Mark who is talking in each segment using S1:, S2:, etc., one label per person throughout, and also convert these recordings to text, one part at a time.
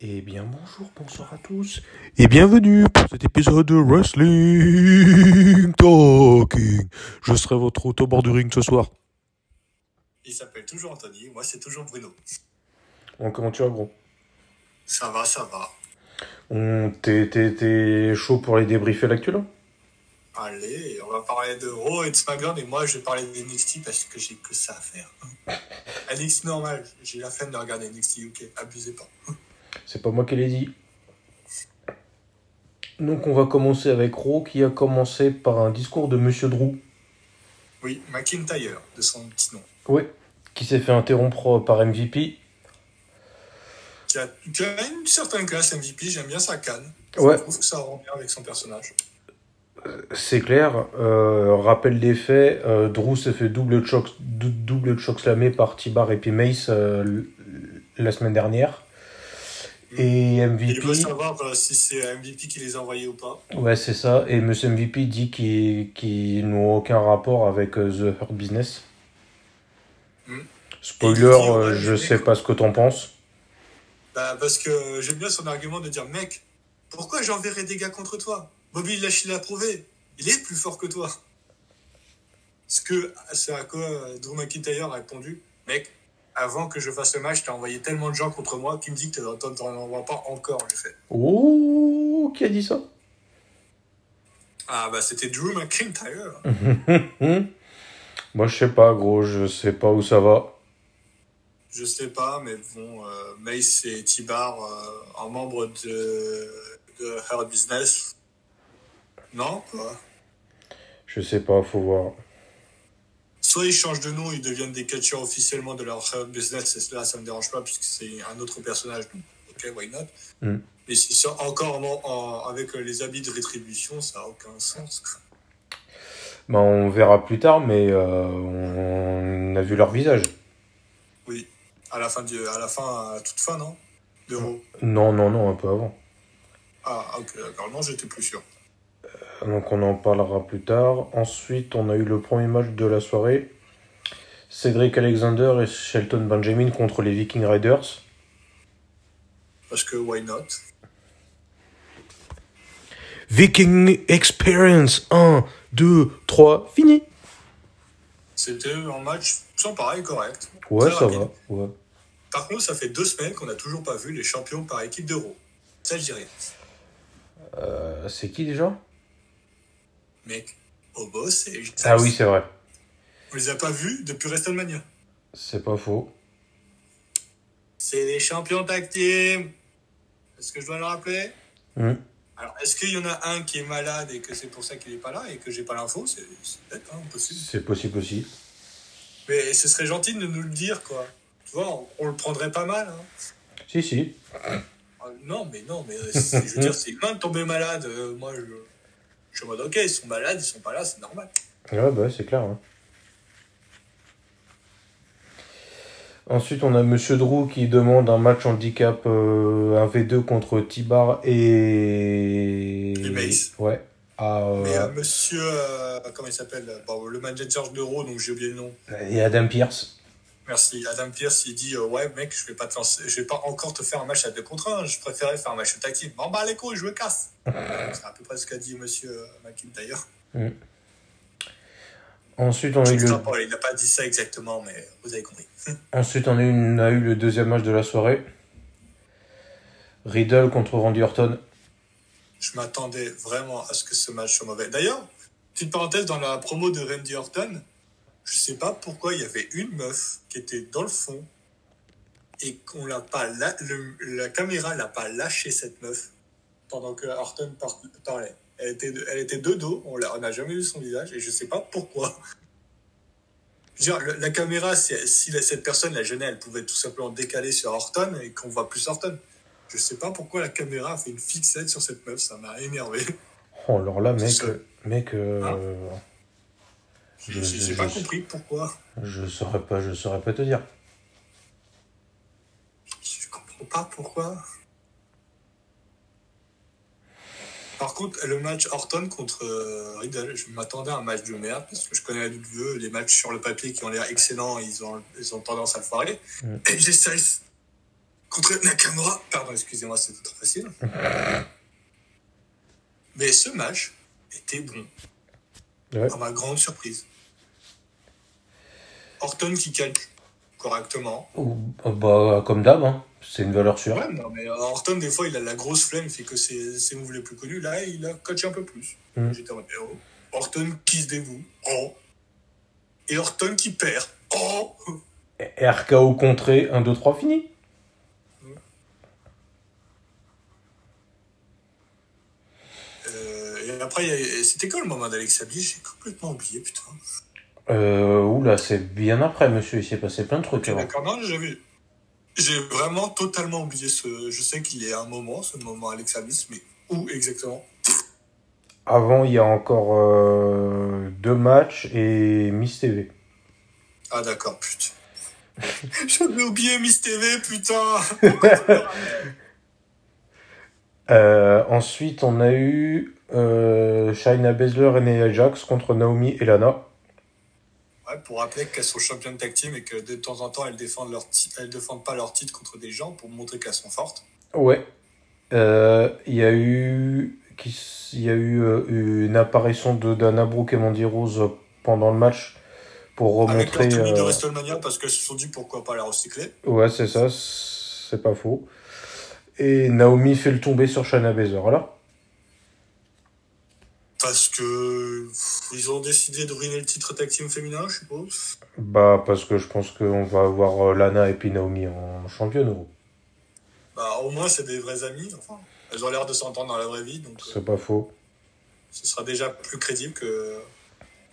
S1: Eh bien bonjour, bonsoir à tous et bienvenue pour cet épisode de Wrestling Talking. Je serai votre hôte au bord du ring ce soir.
S2: Il s'appelle toujours Anthony, moi c'est toujours Bruno.
S1: Bon, comment tu vas gros
S2: Ça va, ça va.
S1: Hum, T'es t'es- t'es chaud pour les débriefer l'actu là
S2: Allez, on va parler de Raw et de SmackDown et moi je vais parler de NXT parce que j'ai que ça à faire. NXT normal, j'ai la flemme de regarder NXT UK, abusez pas.
S1: C'est pas moi qui l'ai dit. Donc on va commencer avec Raw qui a commencé par un discours de Monsieur Drew.
S2: Oui, McIntyre, de son petit nom,
S1: Oui. Qui s'est fait interrompre par MVP.
S2: qui a, qui a une certaine classe MVP, j'aime bien sa canne.
S1: Ouais.
S2: Je trouve que ça rend bien avec son personnage.
S1: C'est clair. euh, rappel des faits, euh, Drew s'est fait double choc, dou- double choc slamé par Tibar et puis Mace euh, l- la semaine dernière. Et
S2: Et hein. Il
S1: MVP,
S2: veut savoir euh, si c'est MVP qui les a envoyés ou pas.
S1: ouais c'est ça. Et Monsieur MVP dit qu'ils qu'ils n'ont aucun rapport avec euh, The Hurt Business.
S2: Mm.
S1: Spoiler,
S2: Et il dit, ouais,
S1: euh, je
S2: mais-
S1: sais pas ce que t'en penses.
S2: Bah, parce que euh, j'aime bien son argument de dire Mec, pourquoi j'enverrai des gars contre toi Bobby Lash l'a prouvé, il est plus fort que toi. Ce, que, ce à quoi euh, Drew McIntyre a répondu Mec, avant que je fasse le match, t'as envoyé tellement de gens contre moi, tu me dis que t'en- t'en t'en envoies pas encore. J'ai fait
S1: Oh, qui a dit ça
S2: Ah, bah c'était Drew McIntyre.
S1: Hum. Moi je sais pas gros, je sais pas où ça va.
S2: Je sais pas, mais bon, euh, Mace et Tibar euh, en membre de, de Her Business. Non, quoi.
S1: Je sais pas, faut voir.
S2: Soit ils changent de nom, ils deviennent des catcheurs officiellement de leur euh, business, et cela, ça me dérange pas, puisque c'est un autre personnage, donc ok, why not
S1: Mm.
S2: Mais s'ils sont encore en- en- avec euh, les habits de rétribution, ça n'a aucun sens. quoi.
S1: Bah, on verra plus tard, mais euh, on a vu leur visage.
S2: Oui, à la fin, du, à la fin, à toute fin, non
S1: Mm.
S2: D'euros.
S1: Non, non, non, un peu avant.
S2: Ah, ok, d'accord, non, j'étais plus sûr.
S1: Donc on en parlera plus tard. Ensuite, on a eu le premier match de la soirée. Cédric Alexander et Shelton Benjamin contre les Viking Raiders.
S2: Parce que why not
S1: Viking Experience 1, 2, 3, fini.
S2: C'était un match sans pareil, correct.
S1: Ouais,
S2: Très
S1: ça
S2: rapide.
S1: va. Ouais.
S2: Par contre, ça fait deux semaines qu'on n'a toujours pas vu les champions par équipe d'Euro. Ça, je dirais.
S1: Euh, c'est qui déjà
S2: Mec, au boss, et
S1: Ah oui, c'est vrai.
S2: on les a pas vus depuis WrestleMania.
S1: C'est pas faux.
S2: C'est les champions tag team. Est-ce que je dois le rappeler
S1: Hmm.
S2: Alors, est-ce qu'il y en a un qui est malade et que c'est pour ça qu'il n'est pas là et que j'ai pas l'info C'est c'est peut-être hein, possible.
S1: C'est possible aussi.
S2: Mais ce serait gentil de nous le dire, quoi. Tu vois, on, on le prendrait pas mal. hein.
S1: Si, si.
S2: Ah, non, mais non, mais euh, c'est- je veux dire, c'est humain de tomber malade. Euh, moi, je, je suis en mode, ok, ils sont malades, ils sont pas là, c'est normal.
S1: Ouais, bah, c'est clair. hein. Ensuite, on a Monsieur Drew qui demande un match handicap, euh, un V2 contre Tibar et.
S2: Et Mace.
S1: Ouais. À, euh,
S2: Mais euh, monsieur, euh, comment il s'appelle bon, Le manager d'Euro, donc j'ai oublié le nom.
S1: et Adam Pierce.
S2: Merci. Adam Pierce, il dit euh, Ouais, mec, je vais pas te lancer, je vais pas encore te faire un match à 2 contre 1. Je préférais faire un match au tag team. M'en bats les couilles, je me casse. C'est à peu près ce qu'a dit monsieur euh, McIntyre.
S1: Ensuite, on a
S2: Je
S1: eu le,
S2: sais pas, il n'a pas dit ça exactement, mais vous avez compris.
S1: ensuite on, a eu, on a eu le deuxième match de la soirée. Riddle contre Randy Orton.
S2: Je m'attendais vraiment à ce que ce match soit mauvais. D'ailleurs, petite parenthèse, dans la promo de Randy Orton, je sais pas pourquoi il y avait une meuf qui était dans le fond et qu'on l'a pas la, le- la caméra l'a pas lâché cette meuf pendant que Orton par- parlait. Elle était, elle était de dos, on l'a- on n'a jamais vu son visage et je sais pas pourquoi. Je veux dire, le- la caméra, si, si la- cette personne la gênait, elle pouvait tout simplement décaler sur Orton et qu'on voit plus Orton. Je sais pas pourquoi la caméra a fait une fixette sur cette meuf, ça m'a énervé.
S1: Oh, alors là, mec,
S2: C'est ça.
S1: mec, euh,
S2: Hein
S1: Je-
S2: Je
S1: je-
S2: n'ai pas
S1: je-
S2: compris pourquoi.
S1: je saurais pas, je saurais pas te dire.
S2: Je comprends pas pourquoi. Par contre, le match Orton contre euh, Riddle, je m'attendais à un match de merde parce que je connais la WWE, les matchs sur le papier qui ont l'air excellents, ils ont, ils ont tendance à le foirer.
S1: Mm.
S2: Et j'essaie contre Nakamura. Pardon, excusez-moi, c'était trop facile. Mais ce match était bon,
S1: Ouais.
S2: à ma grande surprise. Orton qui calque correctement.
S1: Ou- bah, comme d'hab, hein. c'est une valeur sûre.
S2: Ouais, non, mais euh, Orton, des fois, il a la grosse flemme, fait que ses, ses moves les plus connus, là, il a coaché un peu plus.
S1: Mm.
S2: J'étais en mode, eh oh. Orton qui se dévoue. Oh. Et Orton qui perd. Oh.
S1: RKO contré, 1, 2, 3, fini.
S2: Euh, et après, il y a- et c'était quand le moment d'Alex Abby J'ai complètement oublié, putain.
S1: Euh, oula, c'est bien après, monsieur, il s'est passé plein de trucs avant.
S2: D'accord, non, j'avais. J'ai vraiment totalement oublié ce. Je sais qu'il y a un moment, ce moment Alex Abyss, mais où exactement
S1: Avant, il y a encore euh, deux matchs et Miss TV.
S2: Ah, d'accord, putain. J'avais oublié Miss TV, putain
S1: Euh, ensuite, on a eu euh, Shayna Baszler et Nia Jax contre Naomi et Lana.
S2: Ouais, pour rappeler qu'elles sont championnes tag team et que de temps en temps elles défendent leur ti- elles défendent pas leur titre contre des gens pour montrer qu'elles sont fortes.
S1: Ouais. Euh, Il y a eu, qui s- il y a eu euh, une apparition de Dana Brooke et Mandy Rose pendant le match pour
S2: Avec leur
S1: remontrer.
S2: tenue de
S1: euh,
S2: WrestleMania parce qu'elles se sont dit pourquoi pas la recycler.
S1: Ouais, c'est ça, c'est pas faux. Et Naomi fait le tomber sur Shayna Baszler. Voilà.
S2: Parce que pff, ils ont décidé de ruiner le titre tag team féminin, je suppose.
S1: Bah, parce que je pense qu'on va avoir euh, Lana et puis Naomi en championne. gros.
S2: Bah au moins c'est des vrais amis, enfin. Elles ont l'air de s'entendre dans la vraie vie, donc euh,
S1: C'est pas faux.
S2: ce sera déjà plus crédible que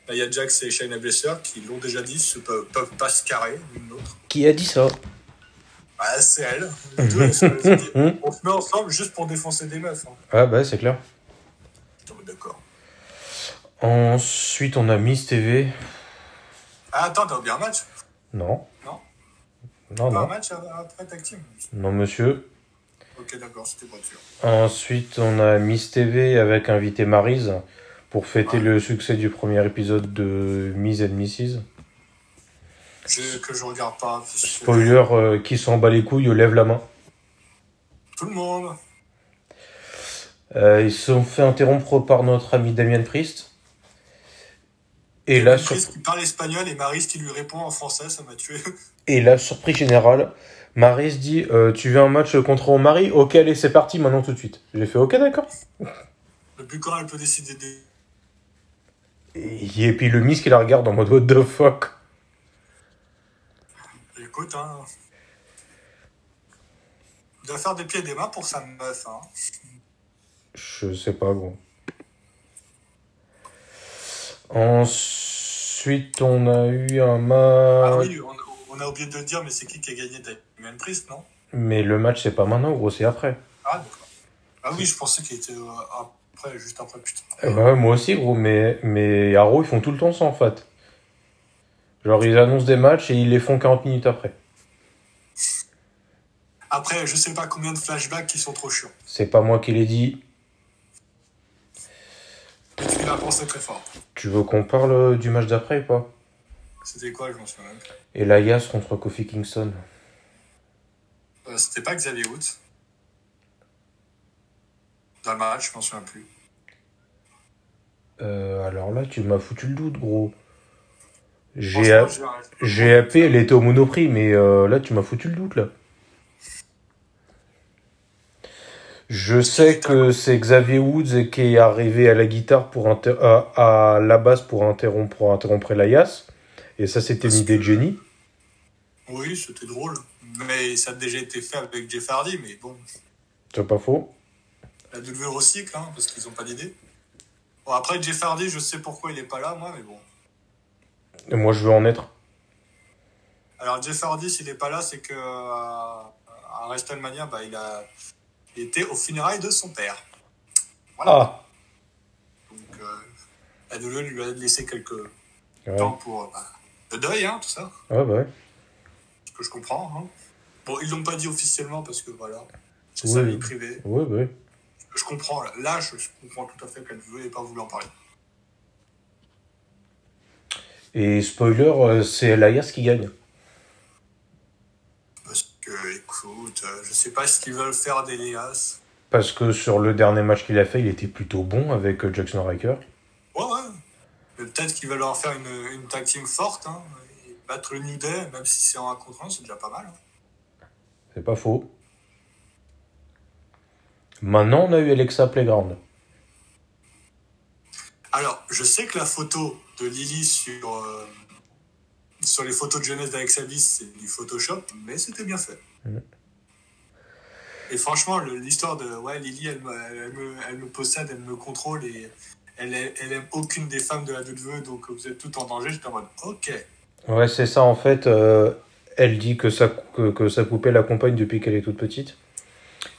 S2: Nia Jax et Shayna Baszler qui l'ont déjà dit, se peuvent, peuvent pas se carrer l'une l'autre.
S1: Qui a dit ça
S2: Ah c'est elles. Les deux, elles se sont dit, on se met ensemble juste pour défoncer des meufs. Hein.
S1: Ah, bah, c'est clair.
S2: Putain, mais D'accord.
S1: Ensuite, on a Miss TV.
S2: Ah, attends, t'as oublié un match
S1: Non.
S2: Non.
S1: Non,
S2: Pas un
S1: non.
S2: match euh, après tag team
S1: Non, monsieur.
S2: Ok, d'accord, c'était pas sûr.
S1: Ensuite, on a Miss TV avec invité Maryse pour fêter
S2: Ouais.
S1: le succès du premier épisode de Miss and Mrs.
S2: Je- que je regarde pas. parce que-
S1: Spoiler, euh, qui s'en bat les couilles, lève la main.
S2: Tout le monde.
S1: Euh, ils se sont fait interrompre par notre ami Damien Priest. Et la, sur-
S2: Chris qui parle espagnol et Maris qui lui répond en français, ça m'a tué.
S1: et la surprise générale, Maryse dit euh, Tu veux un match contre mon mari Ok, allez, c'est parti, maintenant tout de suite. J'ai fait Ok, d'accord.
S2: Le but quand elle peut décider des.
S1: Et, et puis le Miss qui la regarde en mode What the fuck
S2: Écoute, hein. Il doit faire des pieds et des mains pour sa meuf, hein.
S1: Je sais pas, gros. Ensuite, on a eu un match.
S2: Ah oui, on, on a oublié de le dire, mais c'est qui qui a gagné Damien Priest, non
S1: Mais le match, c'est pas maintenant, gros, c'est après.
S2: Ah, d'accord. Ah oui, je pensais qu'il était euh, après, juste après, putain.
S1: Eh ben, moi aussi, gros, mais, mais à Raw, ils font tout le temps ça, en fait. Genre, ils annoncent des matchs et ils les font 40 minutes après.
S2: Après, je sais pas combien de flashbacks qui sont trop chiants.
S1: C'est pas moi qui l'ai dit.
S2: Mais tu l'as pensé très fort.
S1: Tu veux qu'on parle euh, du match d'après ou pas
S2: C'était quoi, je m'en souviens même plus.
S1: Elias contre Kofi Kingston.
S2: Euh, C'était pas Xavier Woods. Dans le match, je m'en souviens plus.
S1: Euh, alors là, tu m'as foutu le doute, gros. J'ai.
S2: Franchement, j'ai un-
S1: GAP, elle était au monoprix, mais euh, là, tu m'as foutu le doute, là. Je sais que c'est Xavier Woods qui est arrivé à la guitare pour inter- à, à la basse pour interrompre, pour interrompre Elias. Et ça, c'était une idée de génie.
S2: Oui, c'était drôle. Mais ça a déjà été fait avec Jeff Hardy, mais bon,
S1: C'est pas faux.
S2: la WWE recycle, hein, parce qu'ils ont pas d'idée. Bon, après, Jeff Hardy, je sais pourquoi il est pas là, moi, mais bon.
S1: Et moi, je veux en être.
S2: Alors, Jeff Hardy, s'il est pas là, c'est que euh, à WrestleMania, bah, il a il était au funérailles de son père.
S1: Ah
S2: Donc, euh, la WWE lui a laissé quelques
S1: Ouais,
S2: temps pour euh, bah, le deuil, hein, tout ça.
S1: Ouais, bah ouais.
S2: ce que je comprends. hein. Bon, ils l'ont pas dit officiellement parce que voilà, c'est
S1: Oui.
S2: sa vie privée.
S1: Ouais, bah ouais.
S2: Je comprends, là, Là, je comprends tout à fait qu'elle veut et pas vouloir en parler.
S1: Et spoiler, euh, c'est Elias qui gagne.
S2: Parce- que, écoute, euh, je sais pas ce qu'ils veulent faire d'Elias.
S1: Parce que sur le dernier match qu'il a fait, il était plutôt bon avec euh, Jackson Riker.
S2: Ouais, ouais. Mais peut-être qu'ils veulent leur faire une, une tag team forte. Hein. Et battre le New Day, même si c'est en 1 contre 1, c'est déjà pas mal. hein.
S1: C'est pas faux. Maintenant, on a eu Alexa Playground.
S2: Alors, je sais que la photo de Lily sur, euh, sur les photos de jeunesse d'Alexa Bliss, c'est du Photoshop, mais c'était bien fait.
S1: Mhm.
S2: Et franchement, le- l'histoire de ouais, Lily, elle, me- elle, me, elle me possède, elle me contrôle et elle, elle, elle aime aucune des femmes de la WWE, donc vous êtes toutes en danger. J'étais en mode ok.
S1: Ouais, c'est ça, en fait. euh, elle dit que sa, que, que sa poupée l'accompagne depuis qu'elle est toute petite.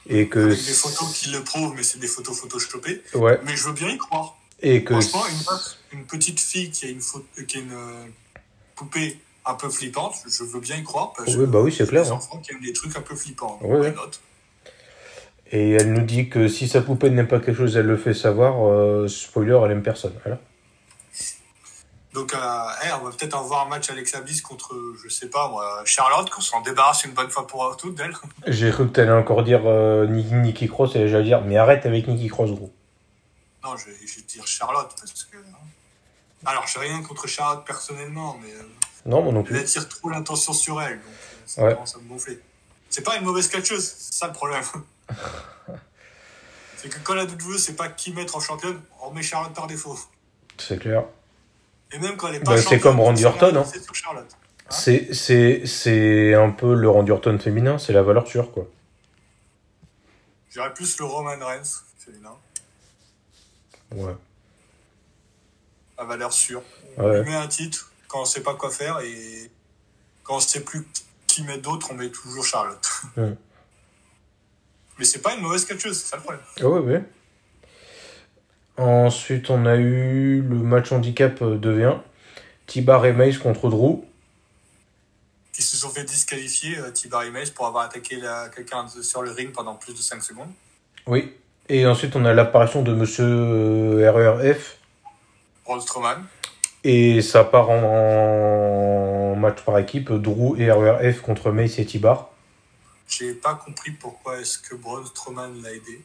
S1: Et que.
S2: Avec des photos qui le prouvent, mais c'est des photos photoshopées.
S1: Ouais,
S2: Mais je veux bien y croire.
S1: et que.
S2: Franchement, une, meuf, une petite fille qui a une, faute- euh, qui a une euh, poupée un peu flippante, je veux bien y croire. Parce
S1: Oui, bah oui, c'est
S2: que
S1: clair,
S2: Les
S1: hein.
S2: enfants qui aiment des trucs un peu flippants.
S1: Oui, oui.
S2: on note.
S1: Et elle nous dit que si sa poupée n'aime pas quelque chose, elle le fait savoir. euh, spoiler, elle aime personne. Voilà.
S2: Donc, euh, eh, on va peut-être avoir un match Alexa Bliss contre, je sais pas moi, Charlotte, qu'on s'en débarrasse une bonne fois pour toutes d'elle.
S1: J'ai cru que t'allais encore dire euh, Ni- Nikki Cross et j'allais dire mais arrête avec Nikki Cross gros.
S2: Non, je, je vais dire Charlotte parce que. hein. Alors, j'ai rien contre Charlotte personnellement, mais euh,
S1: Non moi non
S2: elle
S1: plus.
S2: attire trop l'attention sur elle. Donc, euh, ça
S1: Ouais.
S2: commence à me gonfler. C'est pas une mauvaise catcheuse, c'est ça le problème. c'est que quand la WWE, c'est pas qui mettre en championne, on met Charlotte par défaut.
S1: C'est clair.
S2: Ah. Et même quand elle est
S1: Bah,
S2: pas
S1: c'est
S2: championne,
S1: comme Randy
S2: c'est
S1: Orton, hein.
S2: c'est sur Charlotte.
S1: C'est c'est c'est un peu le Randy Orton féminin, c'est la valeur sûre quoi.
S2: J'irais plus le Roman Reigns, féminin,
S1: Ouais.
S2: à valeur sûre. On
S1: Ouais.
S2: lui met un titre quand on sait pas quoi faire et quand on sait plus qui met d'autres, on met toujours Charlotte.
S1: Ouais.
S2: Mais c'est pas une mauvaise catcheuse, c'est ça le problème.
S1: Ah ouais ouais. Ensuite on a eu le match handicap euh, devient Tibar et Mace contre Drew.
S2: Qui se sont fait disqualifier, euh, Tibar Image, pour avoir attaqué la- quelqu'un de- sur le ring pendant plus de 5 secondes.
S1: Oui. Et ensuite on a l'apparition de Monsieur euh, RERF
S2: Braun Strowman.
S1: et ça part en, en match par équipe Drew et RERF contre Mace et Tibar.
S2: J'ai pas compris pourquoi est-ce que Braun Strowman l'a aidé.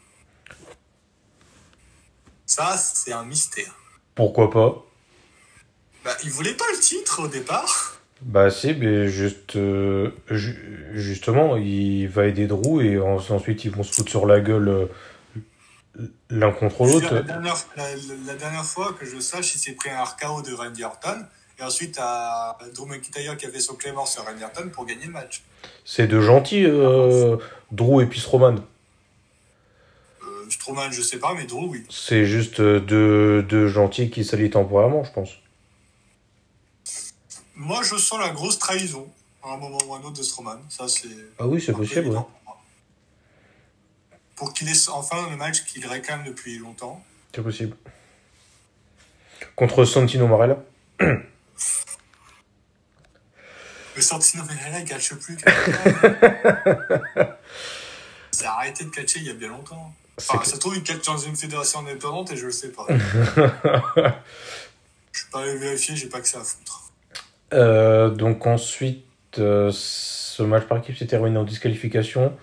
S2: Ça, c'est un mystère.
S1: Pourquoi pas?
S2: Bah, il voulait pas le titre au départ.
S1: Bah si, mais juste, euh, ju- justement, il va aider Drew et en- ensuite ils vont se foutre sur la gueule euh, l'un contre
S2: Je veux dire, La
S1: l'autre.
S2: dernière, la, la dernière fois que je sache, il s'est pris un RKO de Randy Orton et ensuite à Drew McIntyre qui a fait son clément sur Randy Orton pour gagner le match.
S1: C'est de gentils, euh, Drew et puis Strowman.
S2: Euh, Strowman, je sais pas, mais Drew, oui.
S1: C'est juste euh, deux deux gentils qui s'allient temporairement, je pense.
S2: Moi, je sens la grosse trahison à un moment ou à un autre de Strowman. Ça, c'est.
S1: Ah oui, c'est possible,
S2: évident
S1: ouais.
S2: pour moi. Pour qu'il ait enfin le match qu'il réclame depuis longtemps.
S1: C'est possible. Contre Santino Marella.
S2: Le Santino Marella, il catche plus. C'est arrêté de catcher il y a bien
S1: Ah,
S2: longtemps.
S1: C'est
S2: Enfin,
S1: que-
S2: ça se trouve, il catch dans une fédération indépendante et je le sais pas. Je suis pas allé vérifier, j'ai pas que ça à foutre.
S1: Euh, donc ensuite, euh, ce match par équipe s'est terminé en disqualification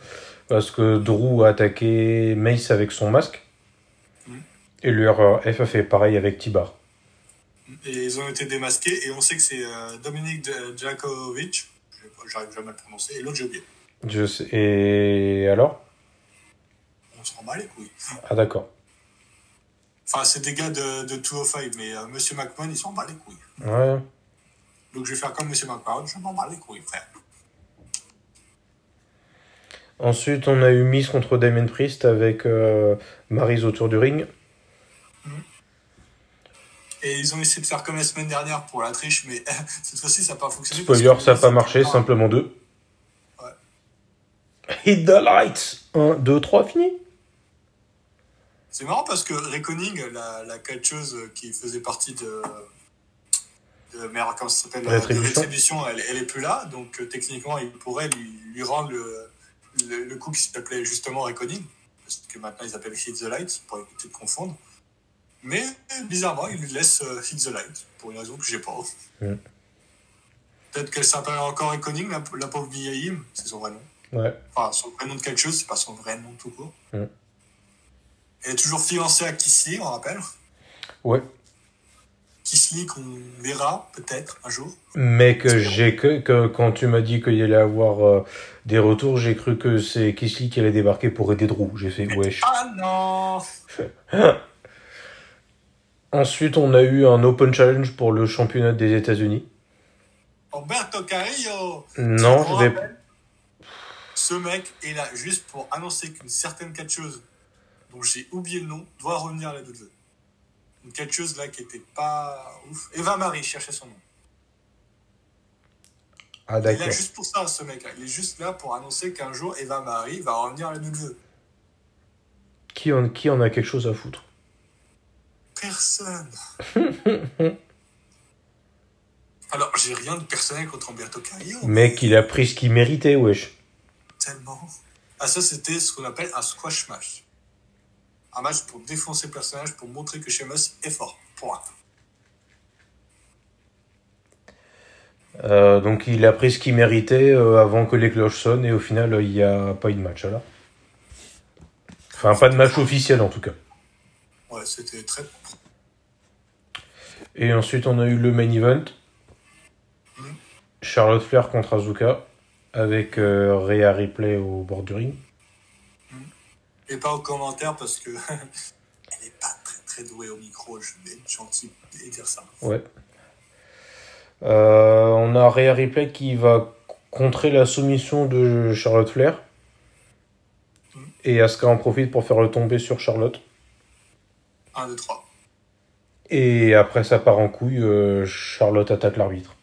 S1: parce que Drew a attaqué Mace avec son masque.
S2: Mhm.
S1: Et le RRF a fait pareil avec Tibar.
S2: Et ils ont été démasqués et on sait que c'est euh, Dominic de- Djakovic, je- j'arrive jamais à le prononcer, et l'autre j'ai oublié.
S1: Je sais- Et alors
S2: On se rend mal les couilles.
S1: Ah d'accord.
S2: Enfin, c'est des gars de, de 205, mais euh, Monsieur McMahon, ils s'en bat les couilles.
S1: Ouais.
S2: Donc je vais faire comme Monsieur McMahon, je m'en bats les couilles, frère.
S1: Ensuite, on a eu Miss contre Damien Priest avec euh, Maryse autour du ring.
S2: Et ils ont essayé de faire comme la semaine dernière pour la triche, mais cette fois-ci, ça n'a pas fonctionné. parce
S1: Spoiler,
S2: que-
S1: ça n'a pas marché,
S2: Ah,
S1: simplement deux.
S2: Ouais.
S1: Hit the lights 1, 2, 3, fini
S2: C'est marrant parce que Reckoning, la, la catcheuse qui faisait partie de. de merde, comment ça s'appelle
S1: Rétribution.
S2: de Rétribution, elle, elle est plus là, donc euh, techniquement, il pourrait lui, lui rendre le, le, le coup qui s'appelait justement Reckoning, parce que maintenant ils appellent Hit the Light, pour éviter de confondre. Mais euh, bizarrement, ils lui laissent euh, Hit the Light, pour une raison que j'ai pas.
S1: Mm.
S2: Peut-être qu'elle s'appelle encore Reckoning, la, la pauvre vieille Im, c'est son vrai nom.
S1: Ouais.
S2: Enfin, son vrai nom de quelque chose, c'est pas son vrai nom tout court.
S1: Mm.
S2: Elle est toujours fiancée à Kisly, on rappelle.
S1: Ouais.
S2: Kisly qu'on verra peut-être un jour.
S1: Mais que j'ai que, que- quand tu m'as dit qu'il allait avoir euh, des retours, j'ai cru que c'est Kisly qui allait débarquer pour aider Drew. J'ai fait wesh.
S2: Ah non
S1: Ensuite, on a eu un open challenge pour le championnat des États-Unis.
S2: Roberto Carrillo
S1: Non,
S2: Tu
S1: je vais.
S2: me rappelles, Ce mec est là juste pour annoncer qu'une certaine catcheuse, dont j'ai oublié le nom, doit revenir à la WWE. Une catcheuse là qui était pas ouf. Eva Marie cherchait son nom.
S1: Ah
S2: Il est là
S1: d'accord.
S2: juste pour ça, ce mec là. Il est juste là pour annoncer qu'un jour Eva Marie va revenir à la WWE.
S1: Qui en, qui en a quelque chose à foutre
S2: Personne. Alors, j'ai rien de personnel contre Umberto Carrillo.
S1: Mec, il a pris ce qu'il méritait, wesh.
S2: Tellement. Ah, ça, c'était ce qu'on appelle un squash match. Un match pour défoncer le personnage, pour montrer que Sheamus est fort. Point.
S1: Euh, donc il a pris ce qu'il méritait euh, avant que les cloches sonnent et au final euh, il n'y a pas eu de match alors. Enfin pas de match officiel en tout cas.
S2: Ouais, c'était très.
S1: Et ensuite on a eu le main event. Charlotte Flair contre Azuka avec euh, Rhea Ripley au bord du ring.
S2: Et pas aux commentaires parce que. Elle n'est pas très très douée au micro, je vais être gentil et dire ça.
S1: Ouais. Euh, on a Rhea Ripley qui va contrer la soumission de Charlotte Flair. Et Asuka en profite pour faire retomber sur Charlotte.
S2: 1, 2, 3.
S1: Et après ça part en couille, euh, Charlotte attaque l'arbitre.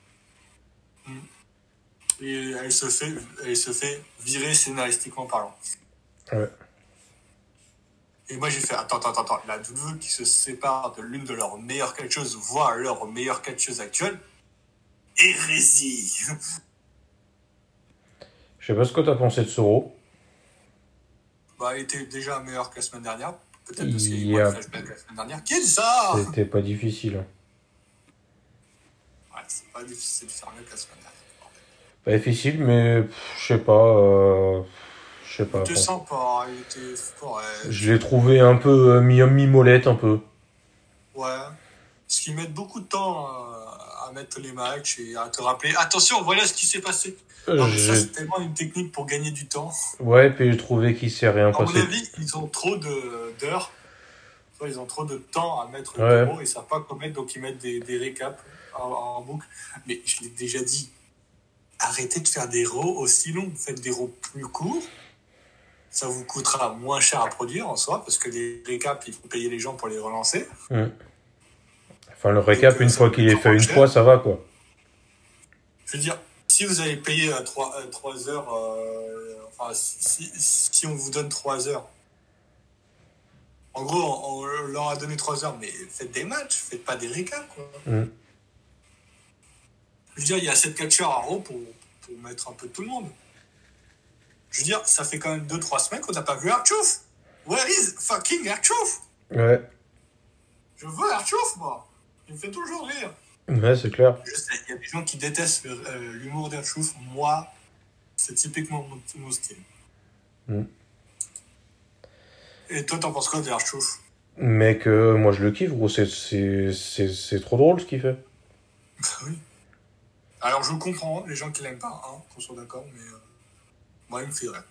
S2: Et elle se fait, elle se fait virer scénaristiquement parlant.
S1: Ouais.
S2: Et moi j'ai fait attends attends attends la WWE qui se sépare de l'une de leurs meilleures catcheuses voire leur meilleure catcheuse actuelle hérésie.
S1: Je sais pas ce que t'as pensé de Soro.
S2: bah elle était déjà meilleure que la semaine dernière peut-être
S1: Il
S2: parce qu'il
S1: y
S2: y a eu
S1: a-
S2: moins de flashback la semaine dernière. Qui dit ça Ouais,
S1: C'était pas difficile.
S2: C'est pas difficile de faire mieux que la semaine dernière.
S1: Pas difficile, mais pff, je sais pas. euh, je sais pas.
S2: Je te
S1: bon.
S2: sens pas, hein, il était fort. elle-
S1: Je l'ai trouvé un peu euh, mi- mi-molette, un peu.
S2: Ouais. Parce qu'ils mettent beaucoup de temps euh, à mettre les matchs et à te rappeler. Attention, voilà ce qui s'est passé. Non, Ah, mais ça,
S1: J'ai-
S2: c'est tellement une technique pour gagner du temps.
S1: Ouais, puis j'ai trouvé qu'il s'est rien
S2: À mon
S1: passé.
S2: avis, ils ont trop de- d'heures. Tu vois, Ils ont trop de temps à mettre le
S1: Ouais.
S2: promo et ils savent pas comment mettre, donc ils mettent des, des récaps en, en boucle. Mais je l'ai déjà dit, arrêtez de faire des rows aussi longs. Faites des rows plus courts. Ça vous coûtera moins cher à produire en soi, parce que les récaps, il faut payer les gens pour les relancer.
S1: Enfin, le récap,
S2: Donc, euh,
S1: une
S2: ça
S1: fois
S2: peut
S1: qu'il est
S2: être
S1: fait une
S2: cher.
S1: fois, ça va, quoi.
S2: Je veux dire, si vous avez payé euh, 3, heures, euh, enfin, si, si- si on vous donne 3 heures, en gros, on, on leur a donné 3 heures, mais faites des matchs, faites pas des récaps, quoi.
S1: Mm.
S2: Je veux dire, il y a 7 catcheurs à Raw pour, pour mettre un peu tout le monde. Je veux dire, ça fait quand même 2-3 semaines qu'on n'a pas vu Archouf. Where is fucking Archouf
S1: Ouais,
S2: Je veux Archouf, moi. Il me fait toujours rire.
S1: ouais c'est clair.
S2: Je sais, il y a des gens qui détestent le- euh, l'humour d'un chouf. Moi, c'est typiquement mon, mon style.
S1: Mm.
S2: Et toi, t'en penses quoi d'un chouf
S1: Mais que euh, moi, je le kiffe, gros. C'est- C'est c'est- c'est trop drôle ce qu'il fait.
S2: Alors, je comprends les gens qui l'aiment pas, hein, qu'on soit d'accord, mais euh, moi, il me fait rire.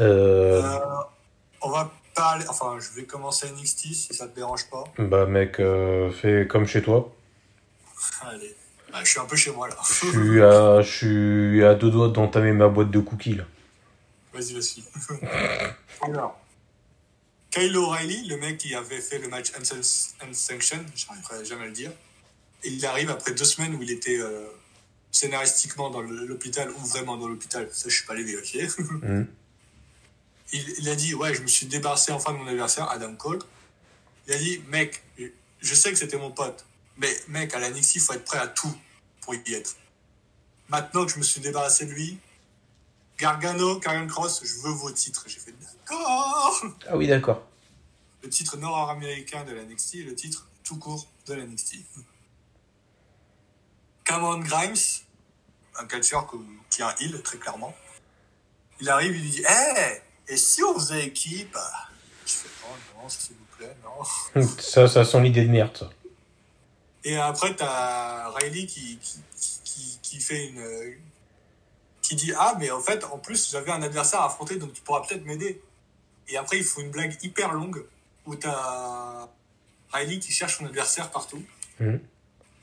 S1: Euh,
S2: Euh, on va pas aller. Enfin, je vais commencer NXT si ça te dérange pas.
S1: Bah, mec, euh, fais comme chez toi.
S2: Allez. Ah, je suis un peu chez moi là.
S1: Je suis à, je suis à deux doigts d'entamer ma boîte de cookies, là.
S2: Vas-y, vas-y. Alors, Kyle O'Reilly, le mec qui avait fait le match Unsan- Unsanctioned, j'arriverai jamais à le dire, il arrive après deux semaines où il était euh, scénaristiquement dans le- l'hôpital ou vraiment dans l'hôpital, ça je suis pas allé vérifier.
S1: Mhm.
S2: il, il a dit Ouais, je me suis débarrassé enfin de mon adversaire, Adam Cole. Il a dit Mec, je sais que c'était mon pote, mais mec, à la NXT, il faut être prêt à tout pour y être. Maintenant que je me suis débarrassé de lui, Gargano, Karen Cross, je veux vos titres. J'ai fait d'accord.
S1: Ah oui, d'accord.
S2: Le titre nord-américain de la NXT et le titre tout court de la NXT. Cameron Grimes, un catcheur que- qui est un heel, très clairement. Il arrive, il lui dit Hey, et si on faisait équipe Je fais Oh non, s'il vous plaît, non.
S1: Ça, ça sent l'idée de merde, ça.
S2: Et après, t'as Riley qui, qui, qui, qui fait une. qui dit Ah, mais en fait, en plus, j'avais un adversaire à affronter, donc tu pourras peut-être m'aider. Et après, il faut une blague hyper longue où t'as Riley qui cherche son adversaire partout
S1: Mhm.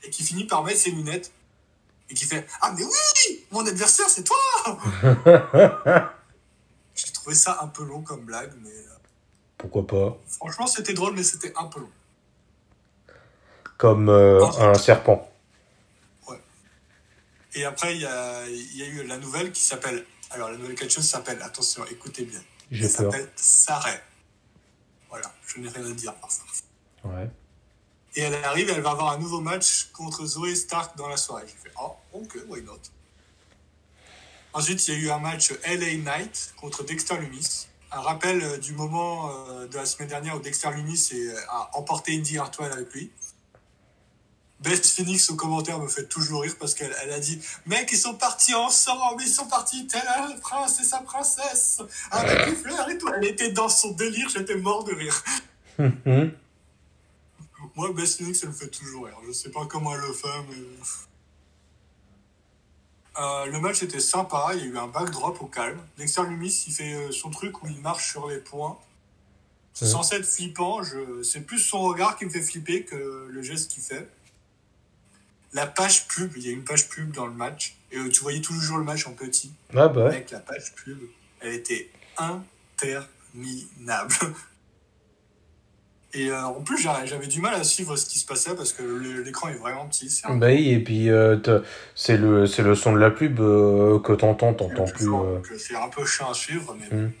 S2: et qui finit par mettre ses lunettes et qui fait Ah, mais oui Mon adversaire, c'est toi J'ai trouvé ça un peu long comme blague, mais euh,
S1: Pourquoi pas
S2: franchement, c'était drôle, mais c'était un peu long.
S1: Comme euh, un serpent.
S2: Et après, il y a, il y a eu la nouvelle qui s'appelle. Alors, la nouvelle catcheuse s'appelle, attention, écoutez bien.
S1: J'ai
S2: Elle
S1: peur.
S2: s'appelle Sarah. Voilà, je n'ai rien à dire par ça.
S1: Ouais.
S2: Et elle arrive, elle va avoir un nouveau match contre Zoé Stark dans la soirée. J'ai fait, oh, ok, why not Ensuite, il y a eu un match LA Knight contre Dexter Lumis. Un rappel euh, du moment euh, de la semaine dernière où Dexter Lumis est- euh, a emporté Indy Hartwell avec lui. Best Phoenix au commentaire me fait toujours rire parce qu'elle elle a dit Mec, ils sont partis ensemble, ils sont partis tel un prince et sa princesse, avec les fleurs et tout. Elle était dans son délire, j'étais mort de rire.
S1: Hum, hum.
S2: Moi, Best Phoenix, elle me fait toujours rire. Je sais pas comment elle le fait, mais. Euh, le match était sympa, il y a eu un backdrop au calme. Dexter Lumis, il fait euh, son truc où il marche sur les points. C'est
S1: Ouais.
S2: censé être flippant, je... c'est plus son regard qui me fait flipper que le geste qu'il fait. La page pub, il y a une page pub dans le match, et euh, tu voyais toujours le match en petit.
S1: Ah bah ouais.
S2: Avec la page pub, elle était interminable. Et euh, en plus, j'a- j'avais du mal à suivre ce qui se passait parce que le- l'écran est vraiment petit. c'est un-
S1: Bah oui, et puis euh, t'as- c'est le, c'est le son de la pub euh, que t'entends, t'entends
S2: c'est
S1: plus.
S2: fort,
S1: euh.
S2: donc, euh, C'est un peu chiant à suivre, mais
S1: Mm.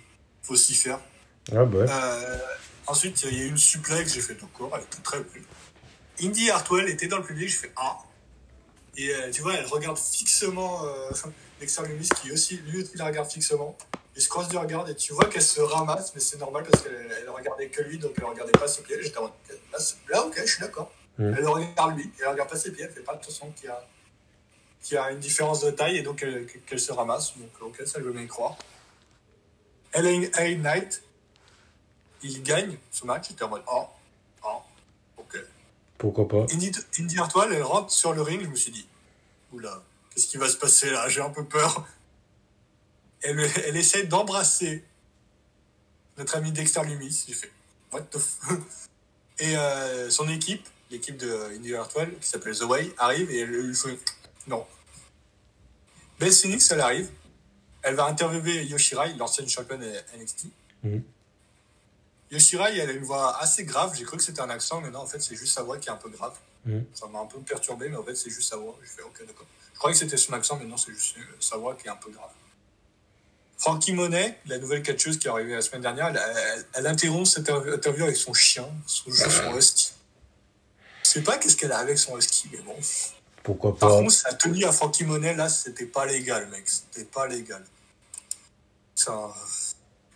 S2: faut s'y faire.
S1: Ah bah ouais.
S2: Euh, ensuite, il y a eu une suplex, j'ai fait d'accord, elle était très belle. Indy Hartwell était dans le public, j'ai fait ah. Et euh, tu vois, elle regarde fixement euh, Dexter Lumis qui aussi, lui aussi la regarde fixement. Ils se croisent du regard et tu vois qu'elle se ramasse, mais c'est normal parce qu'elle elle regardait que lui, donc elle regardait pas ses pieds. J'étais en mode, euh, là, c'est- là, ok, je suis d'accord.
S1: Mm.
S2: Elle regarde lui, elle regarde pas ses pieds, elle fait pas attention qu'il y a, qu'il y a une différence de taille et donc elle- qu'elle se ramasse. Donc, ok, ça, je veux bien y croire. LA Knight, il gagne ce match, j'étais en mode oh, oh, ok.
S1: Pourquoi pas
S2: Indy, Indy Hartwell, elle rentre sur le ring, je me suis dit, oula, qu'est-ce qui va se passer là J'ai un peu peur. Elle, elle essaie d'embrasser notre ami Dexter Lumis, j'ai fait what the fuck Et euh, son équipe, l'équipe de euh, Indy Hartwell, qui s'appelle The Way, arrive et elle lui fait non. Beth Phoenix, elle arrive, elle va interviewer Yoshirai, l'ancienne championne NXT. Yoshirai, elle a une voix assez grave. J'ai cru que c'était un accent, mais non, en fait, c'est juste sa voix qui est un peu grave.
S1: Mhm.
S2: Ça m'a un peu perturbé, mais en fait, c'est juste sa voix. Je fais, ok, d'accord. Je croyais que c'était son accent, mais non, c'est juste euh, sa voix qui est un peu grave. Frankie Monet, la nouvelle catcheuse qui est arrivée la semaine dernière, elle, elle- elle interrompt cette interv- interview avec son chien, son, son husky. Je sais pas qu'est-ce qu'elle a avec son husky, mais bon.
S1: Pourquoi
S2: Par
S1: pas
S2: contre, sa tenue à Frankie Monet, là, c'était pas légal, mec. C'était pas légal. Ça...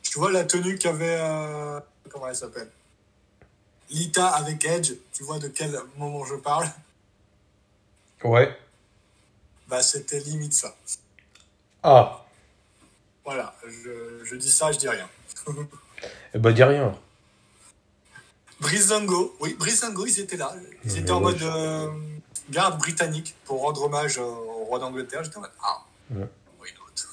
S2: Tu vois la tenue qu'avait. euh, Comment elle s'appelle Lita avec Edge. Tu vois de quel moment je parle
S1: Ouais.
S2: Bah, c'était limite ça.
S1: Ah
S2: Voilà. Je, je dis ça, je dis rien.
S1: Eh bah dis rien.
S2: Brizango. Oui, Brizango, ils étaient là. Ils
S1: Non,
S2: étaient
S1: mais
S2: en
S1: ouais,
S2: mode
S1: je-
S2: euh, garde britannique pour rendre hommage euh, au roi d'Angleterre. J'étais en mode Ah,
S1: Ouais.
S2: oui, l'autre.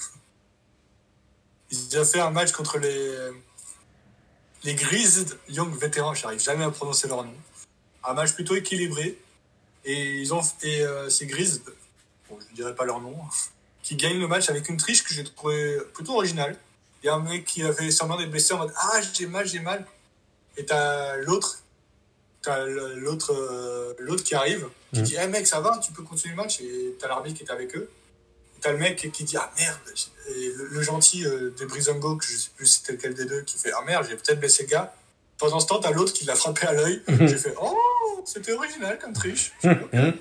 S2: Ils ont fait un match contre les, les Grizzed Young Vétérans, j'arrive jamais à prononcer leur nom. Un match plutôt équilibré. Et, ils ont, et euh, ces Grizzed, bon, je ne dirais pas leur nom, qui gagnent le match avec une triche que j'ai trouvé plutôt originale. Il y a un mec qui avait sûrement des blessés en mode Ah, j'ai mal, j'ai mal. Et t'as l'autre, t'as le- l'autre, euh, l'autre qui arrive, qui
S1: Mm.
S2: dit Eh mec, ça va, tu peux continuer le match. Et t'as l'arbitre qui est avec eux. Et t'as le mec qui dit Ah merde. Et le, le gentil euh, des Brizongo, que je sais plus c'était lequel des deux, qui fait Ah merde, j'ai peut-être blessé le gars. Pendant ce temps, t'as l'autre qui l'a frappé à l'œil. J'ai fait Oh, c'était original comme triche.
S1: Hum.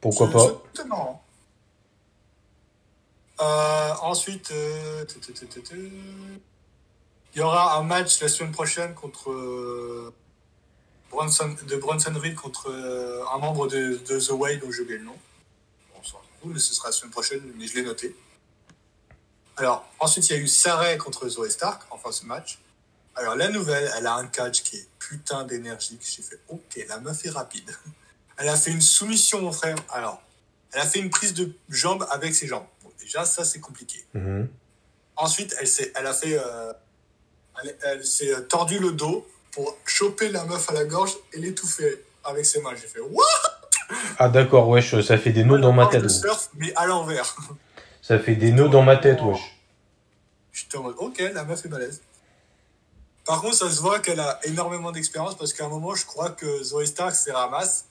S1: Pourquoi pas
S2: C'est- c'est marrant. Euh, ensuite, euh, tu, tu, tu, tu, tu. il y aura un match la semaine prochaine contre euh, Brunson, de Bronson Reed contre euh, un membre de, de The Way dont j'ai oublié le nom. Bon, vous, mais ce sera la semaine prochaine, mais je l'ai noté. Alors, ensuite, il y a eu Saray contre Zoé Stark, enfin ce match. Alors, la nouvelle, elle a un catch qui est putain d'énergique. J'ai fait, ok, la meuf est rapide. Elle a fait une soumission, mon frère. Alors, elle a fait une prise de jambe avec ses jambes. Bon, déjà, ça, c'est compliqué.
S1: Mhm.
S2: Ensuite, elle, s'est- elle a fait. euh, elle elle s'est euh, tordu le dos pour choper la meuf à la gorge et l'étouffer avec ses mains. J'ai fait, what
S1: Ah d'accord, wesh, ça fait des nœuds dans ma
S2: Planche
S1: tête.
S2: de
S1: gros.
S2: surf, mais à l'envers.
S1: Ça fait des nœuds dans ma tête, wesh.
S2: J'étais en mode, ok, la meuf est balèze. Par contre, ça se voit qu'elle a énormément d'expérience parce qu'à un moment, je crois que Zoé Stark s'est ramasse.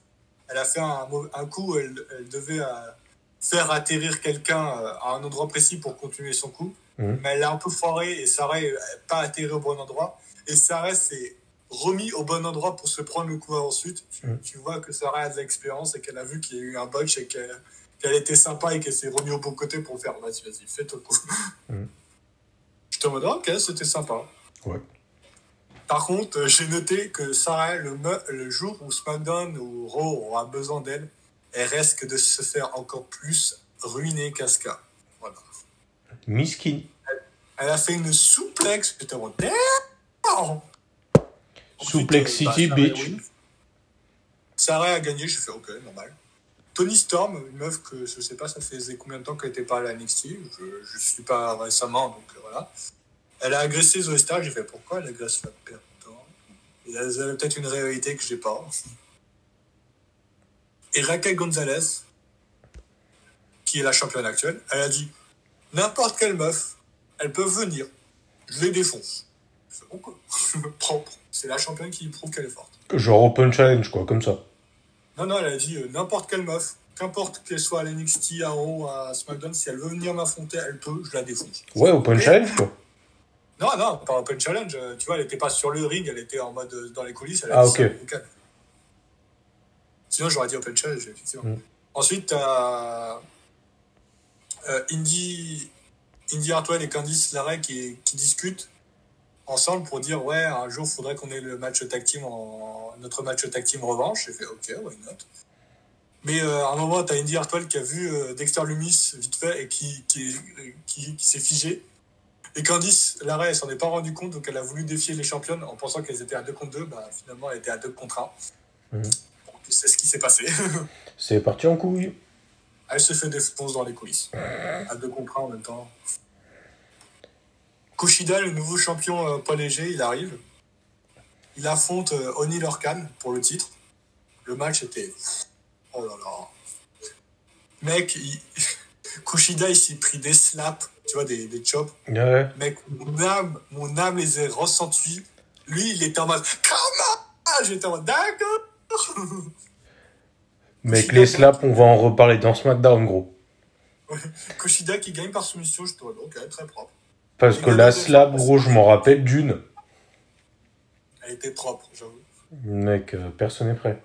S2: Elle a fait un, mau- un coup, elle, elle devait euh, faire atterrir quelqu'un euh, à un endroit précis pour continuer son coup.
S1: Mhm.
S2: Mais elle l'a un peu foiré et Sarah n'est pas atterri au bon endroit. Et Sarah s'est remis au bon endroit pour se prendre le coup ensuite. Tu,
S1: Mhm.
S2: tu vois que Sarah a de l'expérience et qu'elle a vu qu'il y a eu un botch et qu'elle qu'elle était sympa et qu'elle s'est remis au bon côté pour faire vas-y, vas-y, fais ton coup. J'étais en mode, Ah, ok, c'était sympa.
S1: Ouais.
S2: Par contre, euh, j'ai noté que Sarah, le, me- le jour où SmackDown ou Raw aura besoin d'elle, elle risque de se faire encore plus ruiner Casca. Voilà.
S1: Miskin.
S2: Elle a fait une souplex, j'étais en mode, Damn Ensuite,
S1: Souplex
S2: euh, bah,
S1: City,
S2: Sarah
S1: bitch.
S2: win. Sarah a gagné, j'ai fait ok, normal. Tony Storm, une meuf que je sais pas, ça faisait combien de temps qu'elle était pas à la NXT, je, je suis pas récemment, donc euh, voilà. Elle a agressé Zoe Stark, j'ai fait pourquoi elle agresse la perdante Elle avait peut-être une réalité que j'ai pas. Et Raquel Gonzalez, qui est la championne actuelle, elle a dit n'importe quelle meuf, elle peut venir, je les défonce. Je fais, Pourquoi Propre. C'est la championne qui prouve qu'elle est forte.
S1: Genre open challenge, quoi, comme ça.
S2: Non, non, elle a dit euh, n'importe quelle meuf, qu'importe qu'elle soit à l'NXT, à Raw, à SmackDown, si elle veut venir m'affronter, elle peut, je la défonce.
S1: Ouais, open
S2: Et-
S1: challenge, quoi.
S2: Non, non, pas Open Challenge. euh, Tu vois, elle était pas sur le ring, elle était en mode euh, dans les coulisses. Elle a
S1: Ah,
S2: dit
S1: ok.
S2: ça, donc, elle- Sinon, j'aurais dit Open Challenge, effectivement.
S1: Mm.
S2: Ensuite, t'as euh, Indy, Indy Hartwell et Candice Larray qui, qui discutent ensemble pour dire Ouais, un jour, faudrait qu'on ait le match tag team, en, notre match tag team revanche. J'ai fait Ok, why not mais euh, à un moment, t'as Indy Hartwell qui a vu euh, Dexter Lumis vite fait et qui, qui, qui, qui s'est figé. Et Candice, l'arrêt, elle s'en est pas rendu compte, donc elle a voulu défier les championnes en pensant qu'elles étaient à 2 contre 2. Bah, finalement, elle était à 2 contre 1.
S1: Mhm.
S2: Donc, c'est ce qui s'est passé.
S1: C'est parti en couille.
S2: elle se fait défoncer dans les coulisses. À 2 contre 1 en même temps. Kushida, le nouveau champion euh, poids léger, il arrive. Il affronte euh, Oni Lorcan pour le titre. Le match était. Oh là là. Mec, il- Kushida, il s'est pris des slaps, tu vois, des, des chops.
S1: Ouais.
S2: Mec, mon âme, mon âme les a ressentis. Lui, il était en mode Comment J'étais en mode D'accord
S1: Mec, les slaps, on va en reparler dans SmackDown, gros.
S2: Kushida qui gagne par soumission, je te vois, donc très propre.
S1: Parce que la slap, gros, je m'en rappelle d'une.
S2: Elle était propre, j'avoue.
S1: Mec, euh, personne n'est prêt.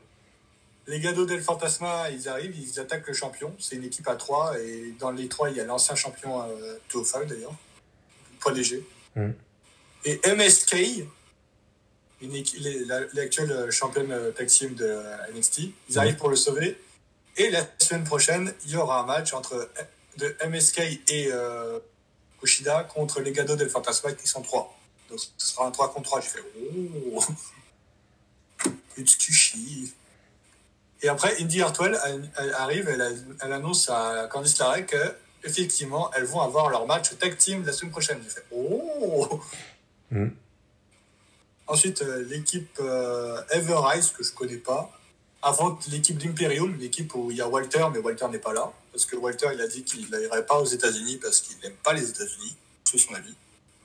S2: Les gars d'Odel Fantasma, ils arrivent, ils attaquent le champion. C'est une équipe à 3, et dans les 3, il y a l'ancien champion euh, Théophile d'ailleurs, poids léger.
S1: Mm.
S2: Et MSK, une équi- les- la- l'actuelle euh, championne euh, tag team de euh, NXT, ils
S1: Mm.
S2: arrivent pour le sauver. Et la semaine prochaine, il y aura un match entre euh, de MSK et euh, Kushida contre les gars d'Odel Fantasma qui sont 3. Donc ce sera un 3 contre 3. J'ai fait Oh Utsushi et après, Indy Hartwell elle- elle arrive, elle, a- elle annonce à Candice Larrey que effectivement, elles vont avoir leur match tag team la semaine prochaine. J'ai fait Oh
S1: Mm.
S2: Ensuite, euh, l'équipe euh, Ever Rise, que je connais pas, affronte l'équipe d'Imperium, l'équipe où il y a Walter, mais Walter n'est pas là, parce que Walter, il a dit qu'il n'irait pas aux États-Unis parce qu'il n'aime pas les États-Unis, c'est son avis.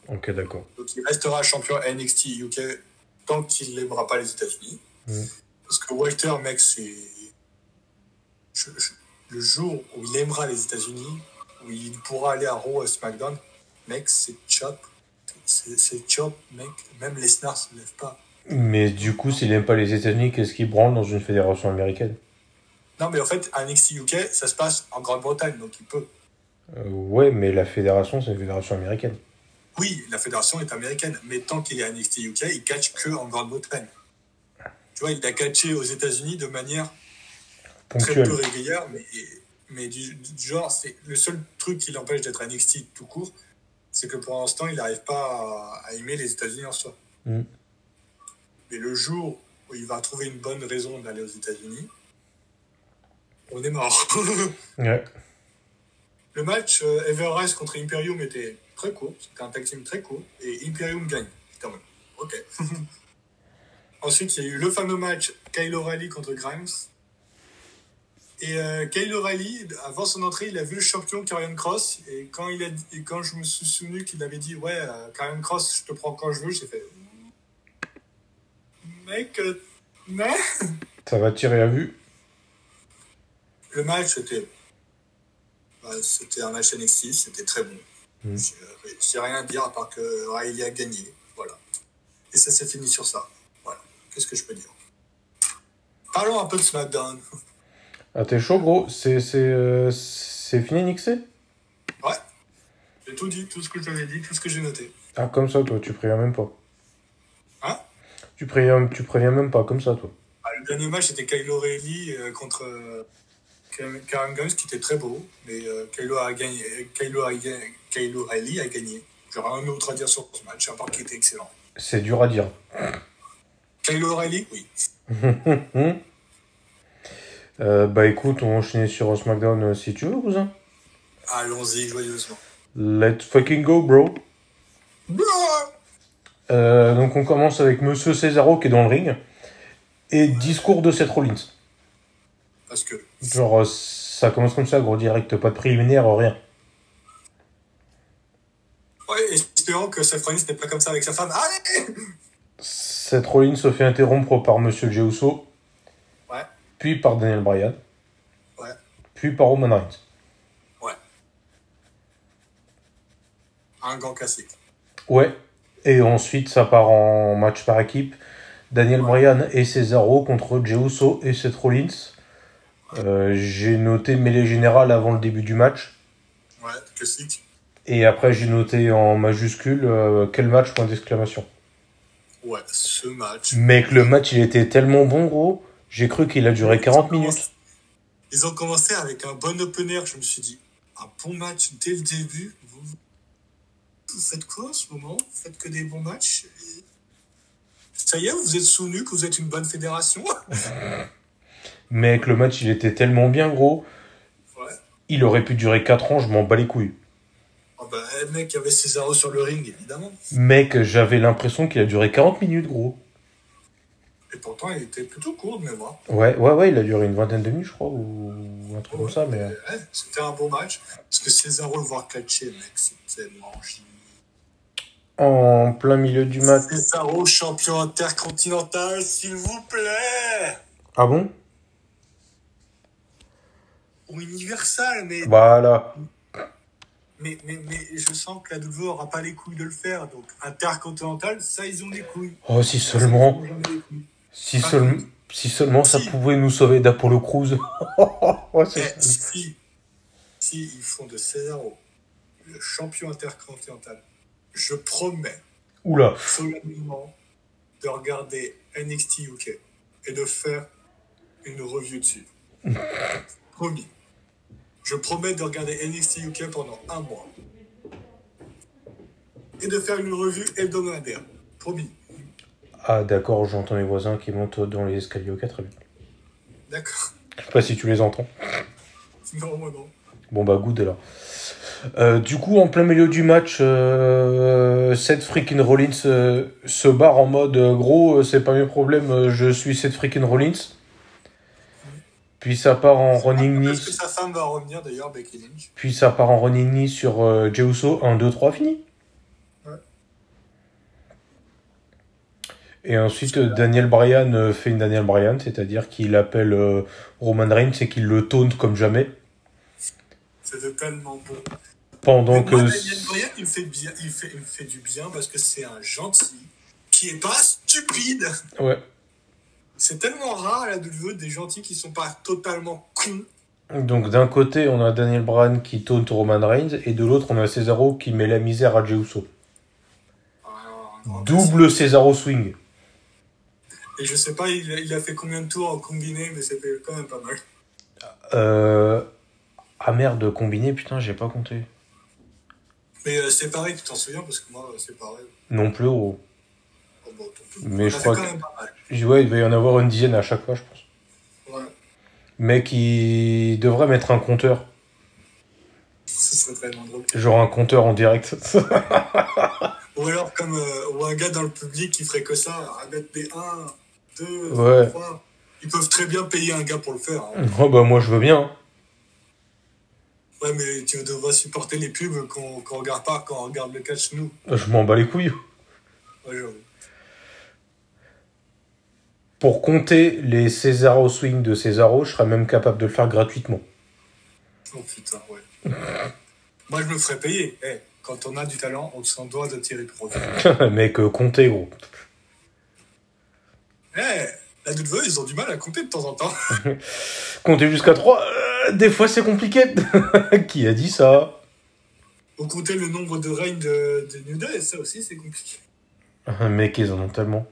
S1: Ok, d'accord.
S2: Donc il restera champion NXT UK tant qu'il n'aimera pas les États-Unis.
S1: Mm.
S2: Parce que Walter, mec, c'est. je- je- Le jour où il aimera les États-Unis, où il pourra aller à Raw à SmackDown, mec, c'est chop. C'est c'est chop, mec. Même les snars se lèvent pas.
S1: Mais du coup, s'il aime pas les États-Unis, qu'est-ce qu'il branle dans une fédération américaine
S2: Non, mais en fait, à NXT UK, ça se passe en Grande-Bretagne, donc il peut.
S1: Euh, Ouais, mais la fédération, c'est une fédération américaine.
S2: Oui, la fédération est américaine, mais tant qu'il est à NXT UK, il catch que en Grande-Bretagne. Tu vois, il a catché aux États-Unis de manière très
S1: Ponctuelle.
S2: peu régulière, mais, mais du, du genre, c'est le seul truc qui l'empêche d'être NXT tout court, c'est que pour l'instant, il n'arrive pas à, à aimer les États-Unis en soi.
S1: Mm.
S2: Mais le jour où il va trouver une bonne raison d'aller aux États-Unis, on est mort.
S1: Ouais.
S2: le match euh, Everrise contre Imperium était très court, c'était un tag team très court, et Imperium gagne. J'étais en mode, ok. Ensuite, il y a eu le fameux match Kyle O'Reilly contre Grimes. Et euh, Kyle O'Reilly, avant son entrée, il a vu le champion Karrion Cross. Et quand, il a dit- et quand je me suis souvenu qu'il avait dit Ouais, euh, Karrion Cross, je te prends quand je veux, j'ai fait Mec, euh, non
S1: Ça va tirer à vue.
S2: Le match était. bah, c'était un match NXT, c'était très bon.
S1: Mm.
S2: J'ai- J'ai rien à dire à part que Riley a gagné. Voilà. Et ça s'est fini sur ça. Voilà. Qu'est-ce que je peux dire Parlons un peu de SmackDown.
S1: Ah, t'es chaud, gros. C'est c'est, euh, c'est fini, Nixé
S2: Ouais. J'ai tout dit, tout ce que j'avais dit, tout ce que j'ai noté.
S1: Ah, comme ça, toi, tu préviens même pas.
S2: Hein
S1: Ah. tu préviens, tu préviens même pas, comme ça, toi.
S2: Ah, le dernier match, c'était Kylo O'Reilly euh, contre euh, Karen Karen Guns, qui était très beau. Mais euh, Kylo, a gagné, Kylo, a gagné- Kylo O'Reilly a gagné. J'aurais rien d'autre à dire sur ce match, à part qu'il était excellent.
S1: C'est dur à dire.
S2: Kylo O'Reilly, oui.
S1: Hum Euh, bah écoute, on enchaîne sur SmackDown euh, si tu veux, cousin.
S2: Allons-y joyeusement.
S1: Let's fucking go, bro. Euh, donc on commence avec Monsieur Cesaro qui est dans le ring. Et discours de Seth Rollins.
S2: Parce que
S1: Genre, euh, ça commence comme ça, gros direct, pas de préliminaire, euh, rien.
S2: Ouais, espérons que Seth Rollins n'est pas comme ça avec sa femme. Allez
S1: Seth Rollins se fait interrompre par Monsieur Jey Uso.
S2: Ouais.
S1: Puis par Daniel Bryan.
S2: Ouais.
S1: Puis par Roman Reigns.
S2: Un gant classique.
S1: Ouais. Et ensuite, ça part en match par équipe. Daniel
S2: Ouais.
S1: Bryan et Cesaro contre Jey Uso et Seth Rollins. Euh, j'ai noté mêlée générale avant le début du match.
S2: Ouais, classique.
S1: Et après, j'ai noté en majuscule euh, quel match, point d'exclamation.
S2: Ouais, ce match.
S1: Mec, le match, il était tellement bon, gros. J'ai cru qu'il a duré 40 minutes.
S2: Ils ont commencé avec un bon opener, je me suis dit. Un bon match dès le début. Vous, vous faites quoi en ce moment Vous faites que des bons matchs Et- Ça y est, vous êtes souvenu que vous êtes une bonne fédération
S1: Mec, le match, il était tellement bien, gros.
S2: Ouais.
S1: Il aurait pu durer 4 ans, je m'en bats les couilles.
S2: Ah bah, eh, mec, il y avait Cesaro sur le ring, évidemment.
S1: Mec, j'avais l'impression qu'il a duré 40 minutes, gros.
S2: Et pourtant, il était plutôt court de mémoire.
S1: Ouais, ouais, ouais, il a duré une vingtaine de minutes, je crois, ou un truc comme ça, mais... euh,
S2: Ouais, c'était un bon match. Parce que Cesaro le voir catcher, mec, c'est tellement génial.
S1: En plein milieu du match.
S2: Cesaro, champion intercontinental, s'il vous plaît
S1: Ah bon
S2: Ou universal, mais,
S1: Voilà.
S2: mais, mais, mais je sens que la WWE aura pas les couilles de le faire. Donc, intercontinental, ça, ils ont les couilles.
S1: Oh, si seulement...
S2: Ça, ils ont jamais les couilles.
S1: Si, seul- si seulement ça
S2: Si.
S1: pouvait nous sauver d'Apollo Crews. Ouais,
S2: Eh,
S1: c'est-
S2: si, si ils font de Cesaro le champion intercontinental, je promets
S1: Oula.
S2: solennellement de regarder NXT UK et de faire une review dessus. Promis. Je promets de regarder NXT UK pendant un mois. Et de faire une revue hebdomadaire. Promis.
S1: Ah d'accord, j'entends mes voisins qui montent dans les escaliers au 4.
S2: D'accord.
S1: Je sais pas si tu les entends.
S2: Non, moi non.
S1: Bon bah good alors. Euh, du coup, en plein milieu du match, euh, Seth freaking Rollins euh, se barre en mode euh, gros, euh, c'est pas mes problèmes, euh, je suis Seth freaking Rollins. Puis ça part en running knee,
S2: Est-ce que sa femme va revenir d'ailleurs, Becky Lynch
S1: puis ça part en running knee sur euh, Jey Uso, 1 2 3 fini.
S2: Ouais.
S1: Et ensuite euh, Daniel Bryan euh, fait une Daniel Bryan, c'est-à-dire qu'il appelle euh, Roman Reigns et qu'il le taunte comme jamais
S2: C'était tellement bon.
S1: pendant
S2: Donc,
S1: que
S2: moi, Daniel Bryan, il me, fait bien, il, fait, il me fait du bien parce que c'est un gentil qui est pas stupide.
S1: ouais.
S2: C'est tellement rare à la WWE des gentils qui sont pas totalement cons.
S1: Donc d'un côté, on a Daniel Bryan qui taunte Roman Reigns, et de l'autre, on a Cesaro qui met la misère à Jey Uso.
S2: Ah,
S1: Double Cesaro swing.
S2: Et je sais pas, il, il a fait combien de tours en combiné, mais c'était quand même pas mal.
S1: Euh, Ah merde, combiné, putain, j'ai pas compté.
S2: Mais euh, c'est pareil, tu t'en souviens, parce que moi, euh, c'est pareil.
S1: Non plus, gros.
S2: Oh, bon, tant pis.
S1: Mais
S2: On
S1: je
S2: a fait
S1: crois
S2: quand
S1: que-
S2: même pas mal.
S1: Je dis, Ouais, il va y en avoir une dizaine à chaque fois, je pense.
S2: Ouais,
S1: Mais qui devrait mettre un compteur.
S2: ce serait vraiment drôle.
S1: Genre un compteur en direct.
S2: Ou alors, comme euh, ou un gars dans le public qui ferait que ça, à mettre des 1, 2,
S1: Ouais.
S2: 3. Ils peuvent très bien payer un gars pour le faire. hein.
S1: oh bah moi je veux bien.
S2: Ouais, mais tu devras supporter les pubs qu'on qu'on regarde pas quand on regarde le catch, nous.
S1: Je m'en bats les couilles.
S2: Ouais, j'avoue.
S1: Pour compter les Cesaro Swing de Cesaro, je serais même capable de le faire gratuitement.
S2: Oh putain, ouais. Moi, je me ferais payer. Eh, quand on a du talent, on s'en doit de tirer profit.
S1: Mec, euh, compter gros.
S2: Eh, la WWE, ils ont du mal à compter de temps en temps.
S1: Compter jusqu'à 3, des fois c'est compliqué. Qui a dit ça
S2: Vous comptez le nombre de règnes de, de New Day, ça aussi, c'est compliqué.
S1: Mec, ils en ont tellement.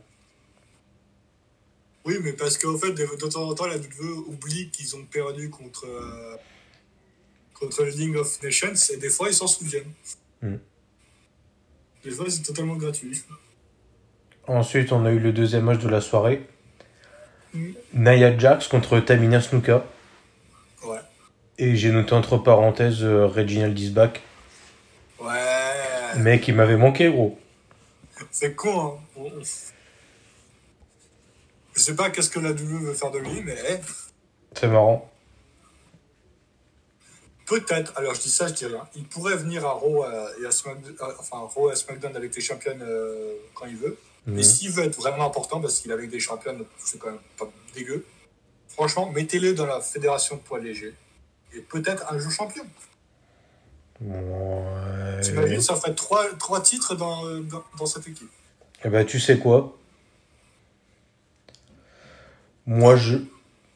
S2: Oui, mais parce qu'en fait, de, de temps en temps, la WWE oublie qu'ils ont perdu contre, euh, contre le League of Nations, et des fois, ils s'en souviennent.
S1: Hmm.
S2: Des fois, c'est totalement gratuit.
S1: Ensuite, on a eu le deuxième match de la soirée.
S2: Mm.
S1: Nia Jax contre Tamina Snuka.
S2: Ouais.
S1: Et j'ai noté entre parenthèses euh, Reginald Disback.
S2: Ouais.
S1: Mec, il m'avait manqué, gros.
S2: C'est con, hein. On- on- Je sais pas qu'est-ce que la WWE veut faire de lui, mais eh,
S1: C'est marrant.
S2: peut-être. Alors je dis ça, je dis rien. Il pourrait venir à Raw euh, et à SmackDown, euh, enfin, à Raw et à SmackDown avec les championnes euh, quand il veut. Mais
S1: Mm.
S2: s'il veut être vraiment important, parce qu'il est avec des championnes, c'est quand même pas dégueu. Franchement, mettez-le dans la fédération de poids léger. Et peut-être un jour champion.
S1: Ouais.
S2: T'imagines, ça ferait trois, trois titres dans, euh, dans, dans cette équipe.
S1: Eh ben, tu sais quoi Moi, je.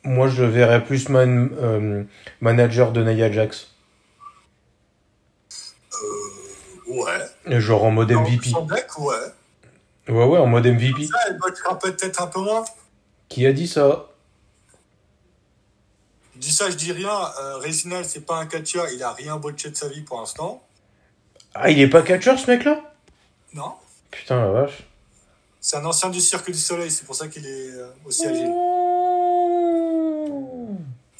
S1: Moi, je verrais plus man- euh, manager de Nia Jax.
S2: Ouais.
S1: Genre en mode MVP.
S2: Sans deck, ouais.
S1: Ouais, ouais, en mode MVP.
S2: Ça, elle bottera peut-être un peu moins.
S1: Qui a dit ça
S2: Je dis ça, je dis rien. Euh, Réginal, c'est pas un catcheur. Il a rien botché de sa vie pour l'instant.
S1: Ah, il est pas catcheur, ce mec-là
S2: Non.
S1: Putain, la vache.
S2: C'est un ancien du Cirque du Soleil. C'est pour ça qu'il est euh, aussi agile.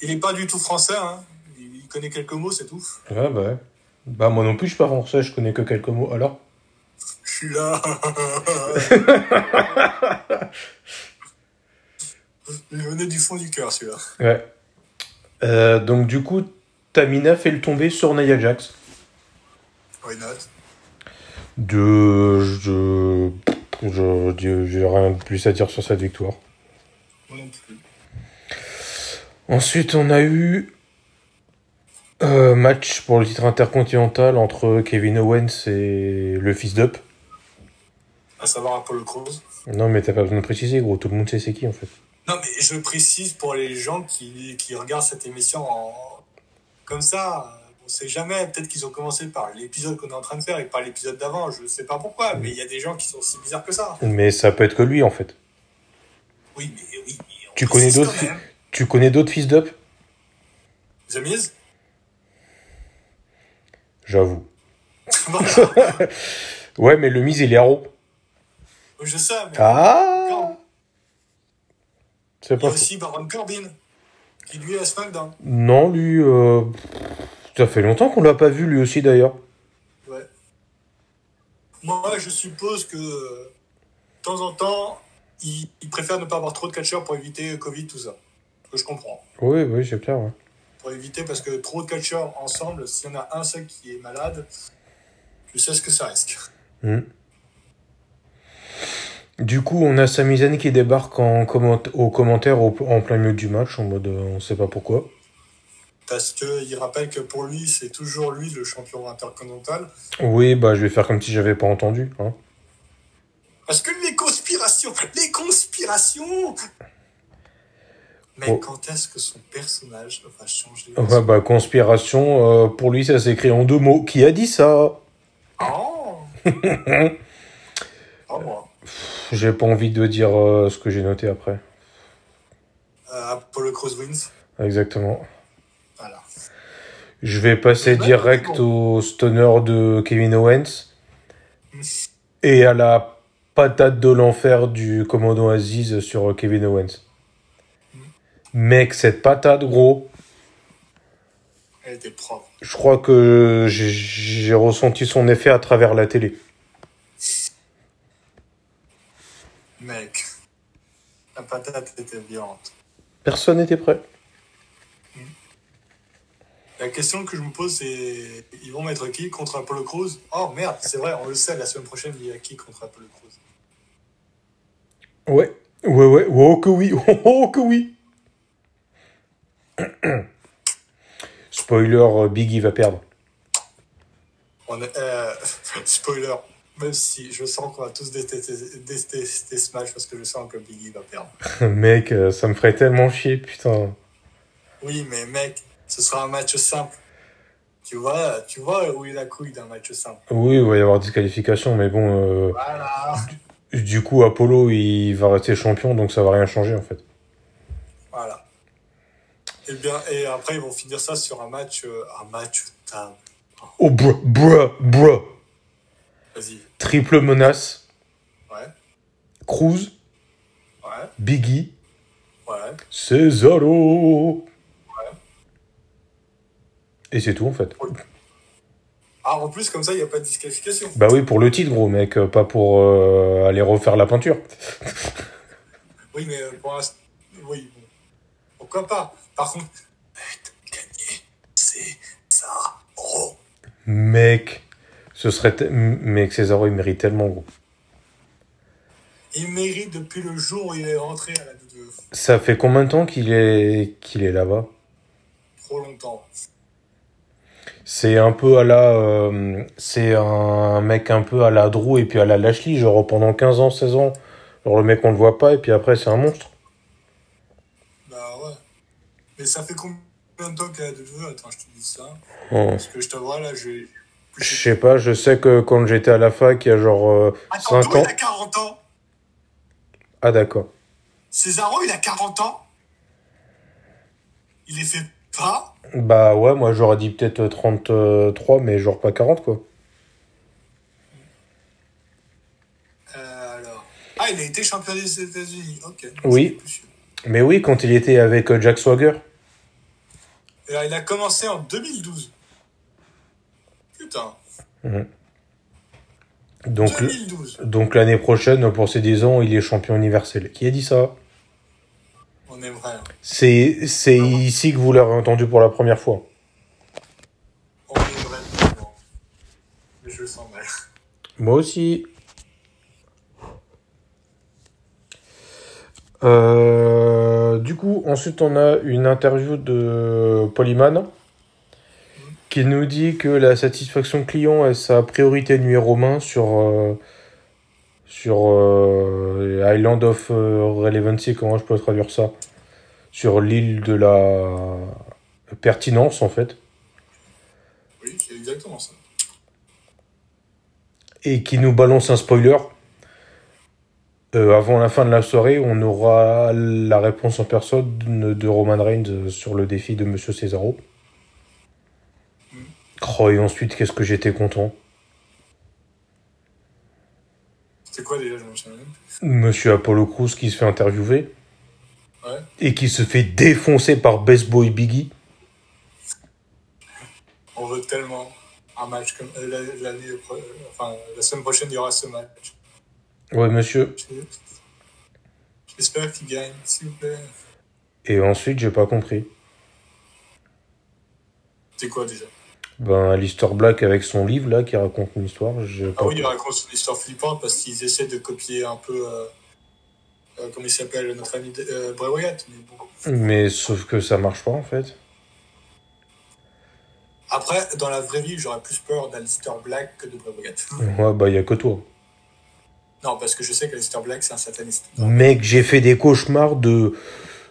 S2: Il est pas du tout français. Hein. Il il connaît quelques mots, c'est tout.
S1: Ouais, bah ouais. Bah, moi non plus, je suis pas français, je connais que quelques mots. Alors
S2: Je suis là. Il venait du fond du cœur, celui-là.
S1: Ouais. Euh, donc, du coup, Tamina fait le tomber sur Nia Jax.
S2: Why not
S1: De. Je. Je. je- J'ai rien de plus à dire sur cette victoire.
S2: Moi non plus.
S1: Ensuite, on a eu. euh, match pour le titre intercontinental entre Kevin Owens et le fils d'Up.
S2: À savoir Apollo Crews.
S1: Non, mais t'as pas besoin de préciser, gros, tout le monde sait c'est qui en fait.
S2: Non, mais je précise pour les gens qui, qui regardent cette émission en... comme ça, on sait jamais. Peut-être qu'ils ont commencé par l'épisode qu'on est en train de faire et pas l'épisode d'avant. Je sais pas pourquoi, mais il y a des gens qui sont si bizarres que ça.
S1: Mais ça peut être que lui en fait.
S2: Oui, mais oui. mais on
S1: Tu connais
S2: précise
S1: d'autres
S2: quand
S1: fi-
S2: même.
S1: Tu connais d'autres fils d'Up
S2: The Miz
S1: J'avoue.
S2: Voilà.
S1: Ouais, mais le mise, il est haro.
S2: Je sais, mais
S1: Ah C'est
S2: il y a
S1: pas faux.
S2: aussi Baron Corbin qui lui est à SmackDown.
S1: Non, lui. euh, Ça fait longtemps qu'on l'a pas vu lui aussi d'ailleurs.
S2: Ouais. Moi, je suppose que euh, de temps en temps, ils ils préfèrent ne pas avoir trop de catcheurs pour éviter Covid, tout ça. Ce Que je comprends.
S1: Oui, oui, c'est clair. ouais.
S2: pour éviter parce que trop de catcheurs ensemble, s'il y en a un seul qui est malade, tu sais ce que ça risque.
S1: Du coup, on a Sami Zayn qui débarque en comment- au commentaire au- en plein milieu du match, en mode euh, on sait pas pourquoi.
S2: Parce que il rappelle que pour lui, c'est toujours lui le champion intercontinental.
S1: Oui, bah je vais faire comme si j'avais pas entendu. Hein.
S2: Parce que les conspirations, les conspirations Mais
S1: Oh.
S2: quand est-ce que son personnage va changer
S1: Ouais, bah conspiration, euh, pour lui ça s'écrit en deux mots. Qui a dit ça
S2: Oh Pas moi.
S1: Pff, J'ai pas envie de dire euh, ce que j'ai noté après.
S2: Euh, Apollo Crews wins.
S1: Exactement.
S2: Voilà.
S1: Je vais passer
S2: Ouais,
S1: direct au stoner de Kevin Owens et à la patate de l'enfer du commandant Aziz sur Kevin Owens. Mec, cette patate, gros,
S2: Elle était propre.
S1: je crois que j'ai- j'ai ressenti son effet à travers la télé.
S2: Mec, la patate était violente.
S1: Personne n'était prêt.
S2: La question que je me pose, c'est ils vont mettre qui contre Apollo Crews Oh merde, c'est vrai, on le sait, la semaine prochaine, il y a qui contre Apollo Crews
S1: Ouais, ouais, ouais, oh que oui, oh que oui. Spoiler, euh, Biggie va perdre.
S2: On est- euh, Spoiler, même si je sens qu'on va tous détester détester ce match parce que je sens que Biggie va perdre.
S1: Mec, euh, ça me ferait tellement chier, putain.
S2: Oui, mais mec, ce sera un match simple. Tu vois, tu vois où est la couille d'un match simple.
S1: Oui, il va y avoir disqualification, mais bon,
S2: Voilà.
S1: euh, du coup, Apollo, il va rester champion, donc ça va rien changer, en fait.
S2: Voilà. Et, bien, et après, ils vont finir ça sur un match, euh, un match table.
S1: Oh, bruh, bruh, bruh.
S2: Vas-y.
S1: Triple menace,
S2: Ouais,
S1: Cruz,
S2: ouais,
S1: Biggie,
S2: ouais.
S1: Cesaro. Et c'est tout, en fait.
S2: Ah, en plus, comme ça, il n'y a pas de disqualification.
S1: Bah oui, pour le titre, gros, mec, euh, pas pour euh, aller refaire la peinture.
S2: Oui, mais euh, pour l'instant. Oui, bon. Pourquoi pas Par contre, mec, gagner, c'est ça. Oh
S1: Mec, ce serait. te- M- Mec, Cesaro, il mérite tellement, gros.
S2: Il mérite depuis le jour où il est rentré à la WWE.
S1: Ça fait combien de temps qu'il est, qu'il est là-bas
S2: Trop longtemps.
S1: C'est un peu à la. euh, c'est un mec un peu à la Drew et puis à la Lashley, genre pendant 15 ans, 16 ans. Genre le mec, on le voit pas et puis après, c'est un monstre.
S2: Bah ouais. Mais ça fait combien de temps qu'elle a la WWE Attends, je te dis ça.
S1: Oh.
S2: Parce que je te vois là, j'ai.
S1: Je sais pas, je sais que quand j'étais à la fac, il y a genre euh,
S2: Attends,
S1: 5
S2: Doe,
S1: ans.
S2: il a 40 ans
S1: Ah, d'accord.
S2: Césaro, il a 40 ans Il les fait pas
S1: Bah ouais, moi j'aurais dit peut-être 33, mais genre pas 40, quoi.
S2: Euh, alors. Ah, il a été champion des États-Unis. Ok.
S1: Oui.
S2: C'est plus sûr.
S1: Mais oui, quand il était avec euh, Jack Swagger.
S2: Alors, Eh ben, il a commencé en 2012. Putain.
S1: Donc, le-
S2: 2012.
S1: donc l'année prochaine, pour ses 10 ans, il est champion universel. Qui a dit ça
S2: On aimerait. hein.
S1: C'est c'est ici que vous l'aurez entendu pour la première fois.
S2: On aimerait. vraiment. Mais je le sens mal.
S1: Moi aussi. Euh, du coup, ensuite, on a une interview de Polyman qui nous dit que la satisfaction client est sa priorité numéro 1 sur, euh, sur euh, Island of euh, Relevancy, comment je peux traduire ça Sur l'île de la pertinence, en fait.
S2: Oui, c'est exactement ça.
S1: et qui nous balance un spoiler. Euh, avant la fin de la soirée, on aura la réponse en personne de Roman Reigns euh, sur le défi de Monsieur Cesaro.
S2: Hmm.
S1: Oh, et ensuite, qu'est-ce que j'étais content.
S2: C'était quoi déjà Je me souviens même.
S1: Monsieur Apollo Crews qui se fait interviewer.
S2: Ouais.
S1: Et qui se fait défoncer par Best Boy Biggie.
S2: On veut tellement un match comme euh, la- l'année. pro- euh, Enfin, la semaine prochaine, il y aura ce match.
S1: Ouais, monsieur.
S2: J'espère qu'il gagne, s'il vous plaît.
S1: Et ensuite, j'ai pas compris.
S2: C'était quoi déjà
S1: Ben, Alistair Black avec son livre, là, qui raconte une histoire. j'ai
S2: Ah
S1: pas-
S2: oui, il raconte son histoire flippante parce qu'ils essaient de copier un peu. Euh, euh, comment il s'appelle notre ami euh, Bray Wyatt. Mais bon.
S1: Mais sauf que ça marche pas, en fait.
S2: Après, dans la vraie vie, j'aurais plus peur d'Alistair Black que de Bray Wyatt.
S1: Ouais, bah, y a que toi.
S2: Non, parce que je sais qu'Alistair Black, c'est un sataniste.
S1: Mec, j'ai fait des cauchemars de.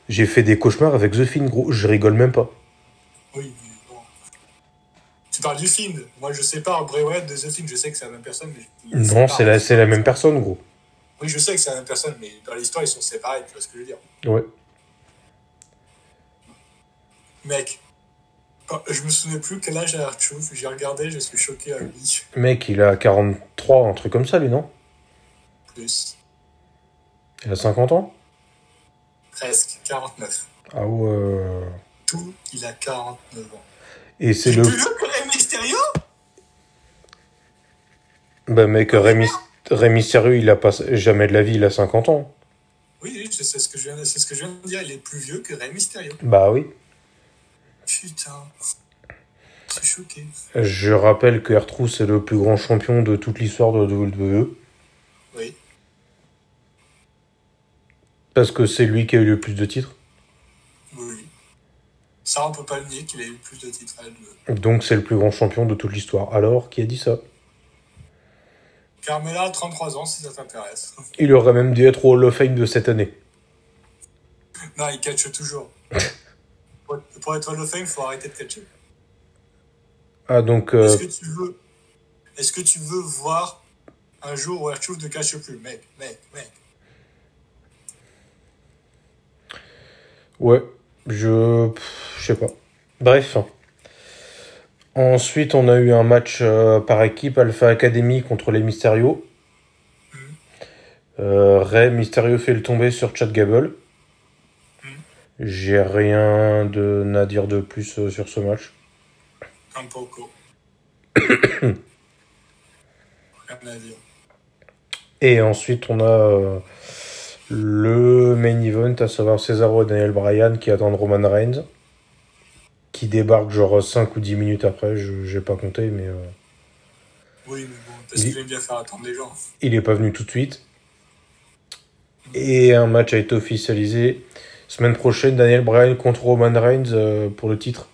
S1: J'ai fait des cauchemars avec The Finn, gros. Je rigole même pas.
S2: Oui, mais bon. Tu parles du film. Moi, je sais pas. Bray Wyatt de The Film, je sais que c'est la même personne. Mais je- je sais
S1: Non,
S2: pas.
S1: c'est la, c'est la même personne, gros.
S2: Oui, je sais que c'est la même personne, mais dans l'histoire, ils sont séparés. Tu vois ce que je veux dire
S1: Ouais.
S2: Mec, Je me souvenais plus quel âge a Artchouf. J'ai regardé, je suis choqué à lui.
S1: Mec, il a 43, un truc comme ça, lui, non
S2: Plus.
S1: Il a 50 ans
S2: Presque. 49.
S1: Ah ouais.
S2: Tout, il a 49 ans.
S1: Et c'est
S2: C'est
S1: le.
S2: plus vieux que Rey Mysterio
S1: Bah, mec, Rémi, Rémi Sérieux, il a pas. Jamais de la vie, il a 50 ans.
S2: Oui, oui, je- c'est ce, que je viens de- c'est ce que je viens de dire. Il est plus vieux que Rey Mysterio.
S1: Bah oui.
S2: Putain. Je suis choqué.
S1: Je rappelle que Ertrou, c'est le plus grand champion de toute l'histoire de E. la WWE.
S2: Oui.
S1: Parce que c'est lui qui a eu le plus de titres.
S2: Oui. Ça, on peut pas le nier qu'il a eu plus de titres à lui.
S1: Donc, c'est le plus grand champion de toute l'histoire. Alors, qui a dit ça
S2: Carmela a 33 ans, si ça t'intéresse.
S1: Il aurait même dû être au Hall of Fame de cette année.
S2: non, il catche toujours. pour, pour être Hall of Fame, il faut arrêter de catcher.
S1: Ah, donc. euh,
S2: Est-ce que tu veux... Est-ce que tu veux voir un jour où Archouf ne cache plus Mec, mec, mec.
S1: Ouais, je. pff, Je sais pas. Bref. Ensuite, on a eu un match euh, par équipe Alpha Academy contre les Mysterio.
S2: Mm.
S1: Euh, Ray Mysterio fait le tomber sur Chad Gable.
S2: Mhm.
S1: J'ai rien de à dire de plus euh, sur ce match.
S2: Un poco. Rien à dire.
S1: Et ensuite, on a euh, le main event, à savoir Cesaro et Daniel Bryan qui attendent Roman Reigns, qui débarque genre 5 ou 10 minutes après, je j'ai pas compté, mais euh,
S2: Oui, mais bon, parce
S1: Il-
S2: qu'il aime bien faire attendre les gens.
S1: il n'est pas venu tout de suite. Et un match a été officialisé semaine prochaine, Daniel Bryan contre Roman Reigns euh, pour le titre.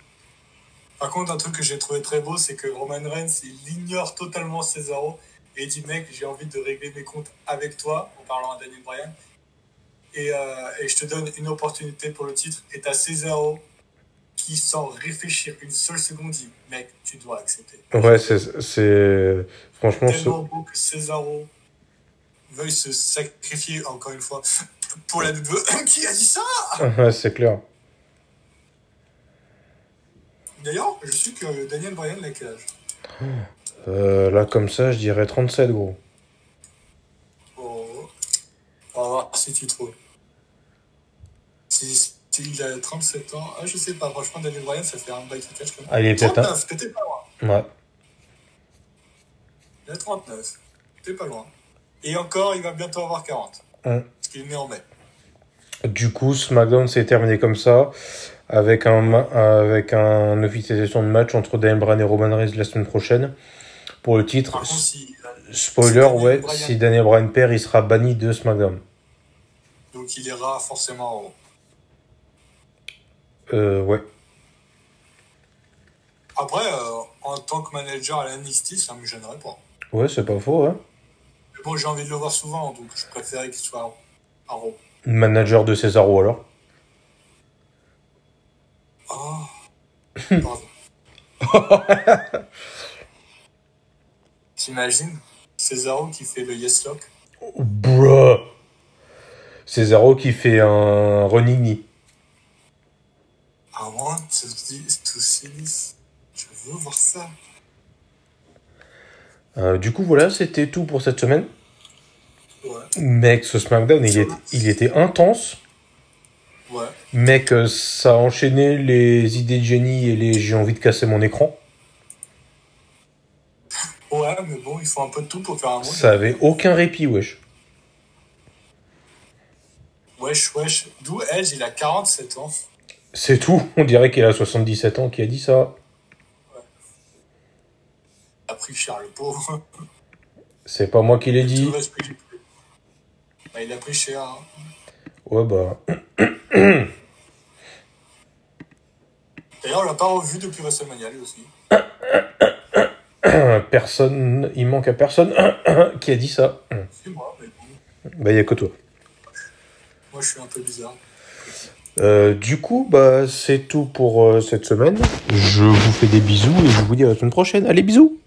S2: Par contre, un truc que j'ai trouvé très beau, c'est que Roman Reigns, il ignore totalement Cesaro et il dit Mec, j'ai envie de régler mes comptes avec toi, en parlant à Daniel Bryan. Et, euh, et je te donne une opportunité pour le titre. Et t'as Cesaro qui, sans réfléchir une seule seconde, dit Mec, tu dois accepter.
S1: Ouais, c'est- c'est. Franchement, ce-
S2: tellement beau que Cesaro veuille se sacrifier, encore une fois, pour la WWE. qui a dit ça
S1: ouais, c'est clair.
S2: D'ailleurs, je suis que Daniel Bryan, il a quel âge
S1: Euh, là, comme ça, je dirais 37, gros.
S2: Oh. On va voir si tu trouves. Si, si il a 37 ans, ah, je sais pas, franchement, Daniel Bryan, ça fait un bail qui cache comme
S1: Ah, il est peut-être un.
S2: 39, t'étais pas loin.
S1: Ouais.
S2: Il a 39, t'es pas loin. Et encore, il va bientôt avoir 40.
S1: Ouais.
S2: Parce qu'il est né en mai.
S1: Du coup, SmackDown s'est terminé comme ça, avec un ma- avec un officialisation de match entre Daniel Bryan et Roman Reigns la semaine prochaine pour le titre.
S2: Par contre, si, si
S1: Spoiler,
S2: Daniel
S1: ouais,
S2: Bryan-
S1: si Daniel Bryan perd, il sera banni de SmackDown.
S2: donc il ira forcément en haut.
S1: Euh, ouais.
S2: Après, euh, en tant que manager à la NXT, ça me gênerait pas.
S1: Ouais, c'est pas faux, hein.
S2: Mais bon, j'ai envie de le voir souvent, donc je préférais qu'il soit à Raw.
S1: Manager de Cesaro, alors.
S2: Oh. Pardon. T'imagines Cesaro qui fait le yes lock
S1: Bruh. Cesaro qui fait un running knee.
S2: I want to, see- to see this. Je veux voir ça.
S1: Euh, du coup, voilà, c'était tout pour cette semaine.
S2: Ouais.
S1: Mec, ce SmackDown, il, est- il était intense.
S2: Ouais.
S1: Mec, euh, ça a enchaîné les idées de génie et les j'ai envie de casser mon écran.
S2: Ouais, mais bon, il faut un peu de tout pour faire un monde.
S1: Ça avait aucun répit, wesh.
S2: Wesh, wesh. D'où Edge, il a 47 ans.
S1: C'est tout. On dirait qu'il a 77 ans qui a dit ça.
S2: Il a pris cher le pauvre.
S1: C'est pas moi qui l'ai
S2: Tout
S1: dit.
S2: le reste, il est- Bah, il a pris cher. hein.
S1: Ouais, bah.
S2: D'ailleurs, on l'a pas revu depuis WrestleMania, lui aussi.
S1: Personne. Il manque à personne qui a dit ça.
S2: C'est moi, mais bon.
S1: Bah, y a que toi.
S2: Moi, je suis un peu bizarre.
S1: Euh, du coup, bah, c'est tout pour euh, cette semaine. Je vous fais des bisous et je vous dis à la semaine prochaine. Allez, bisous!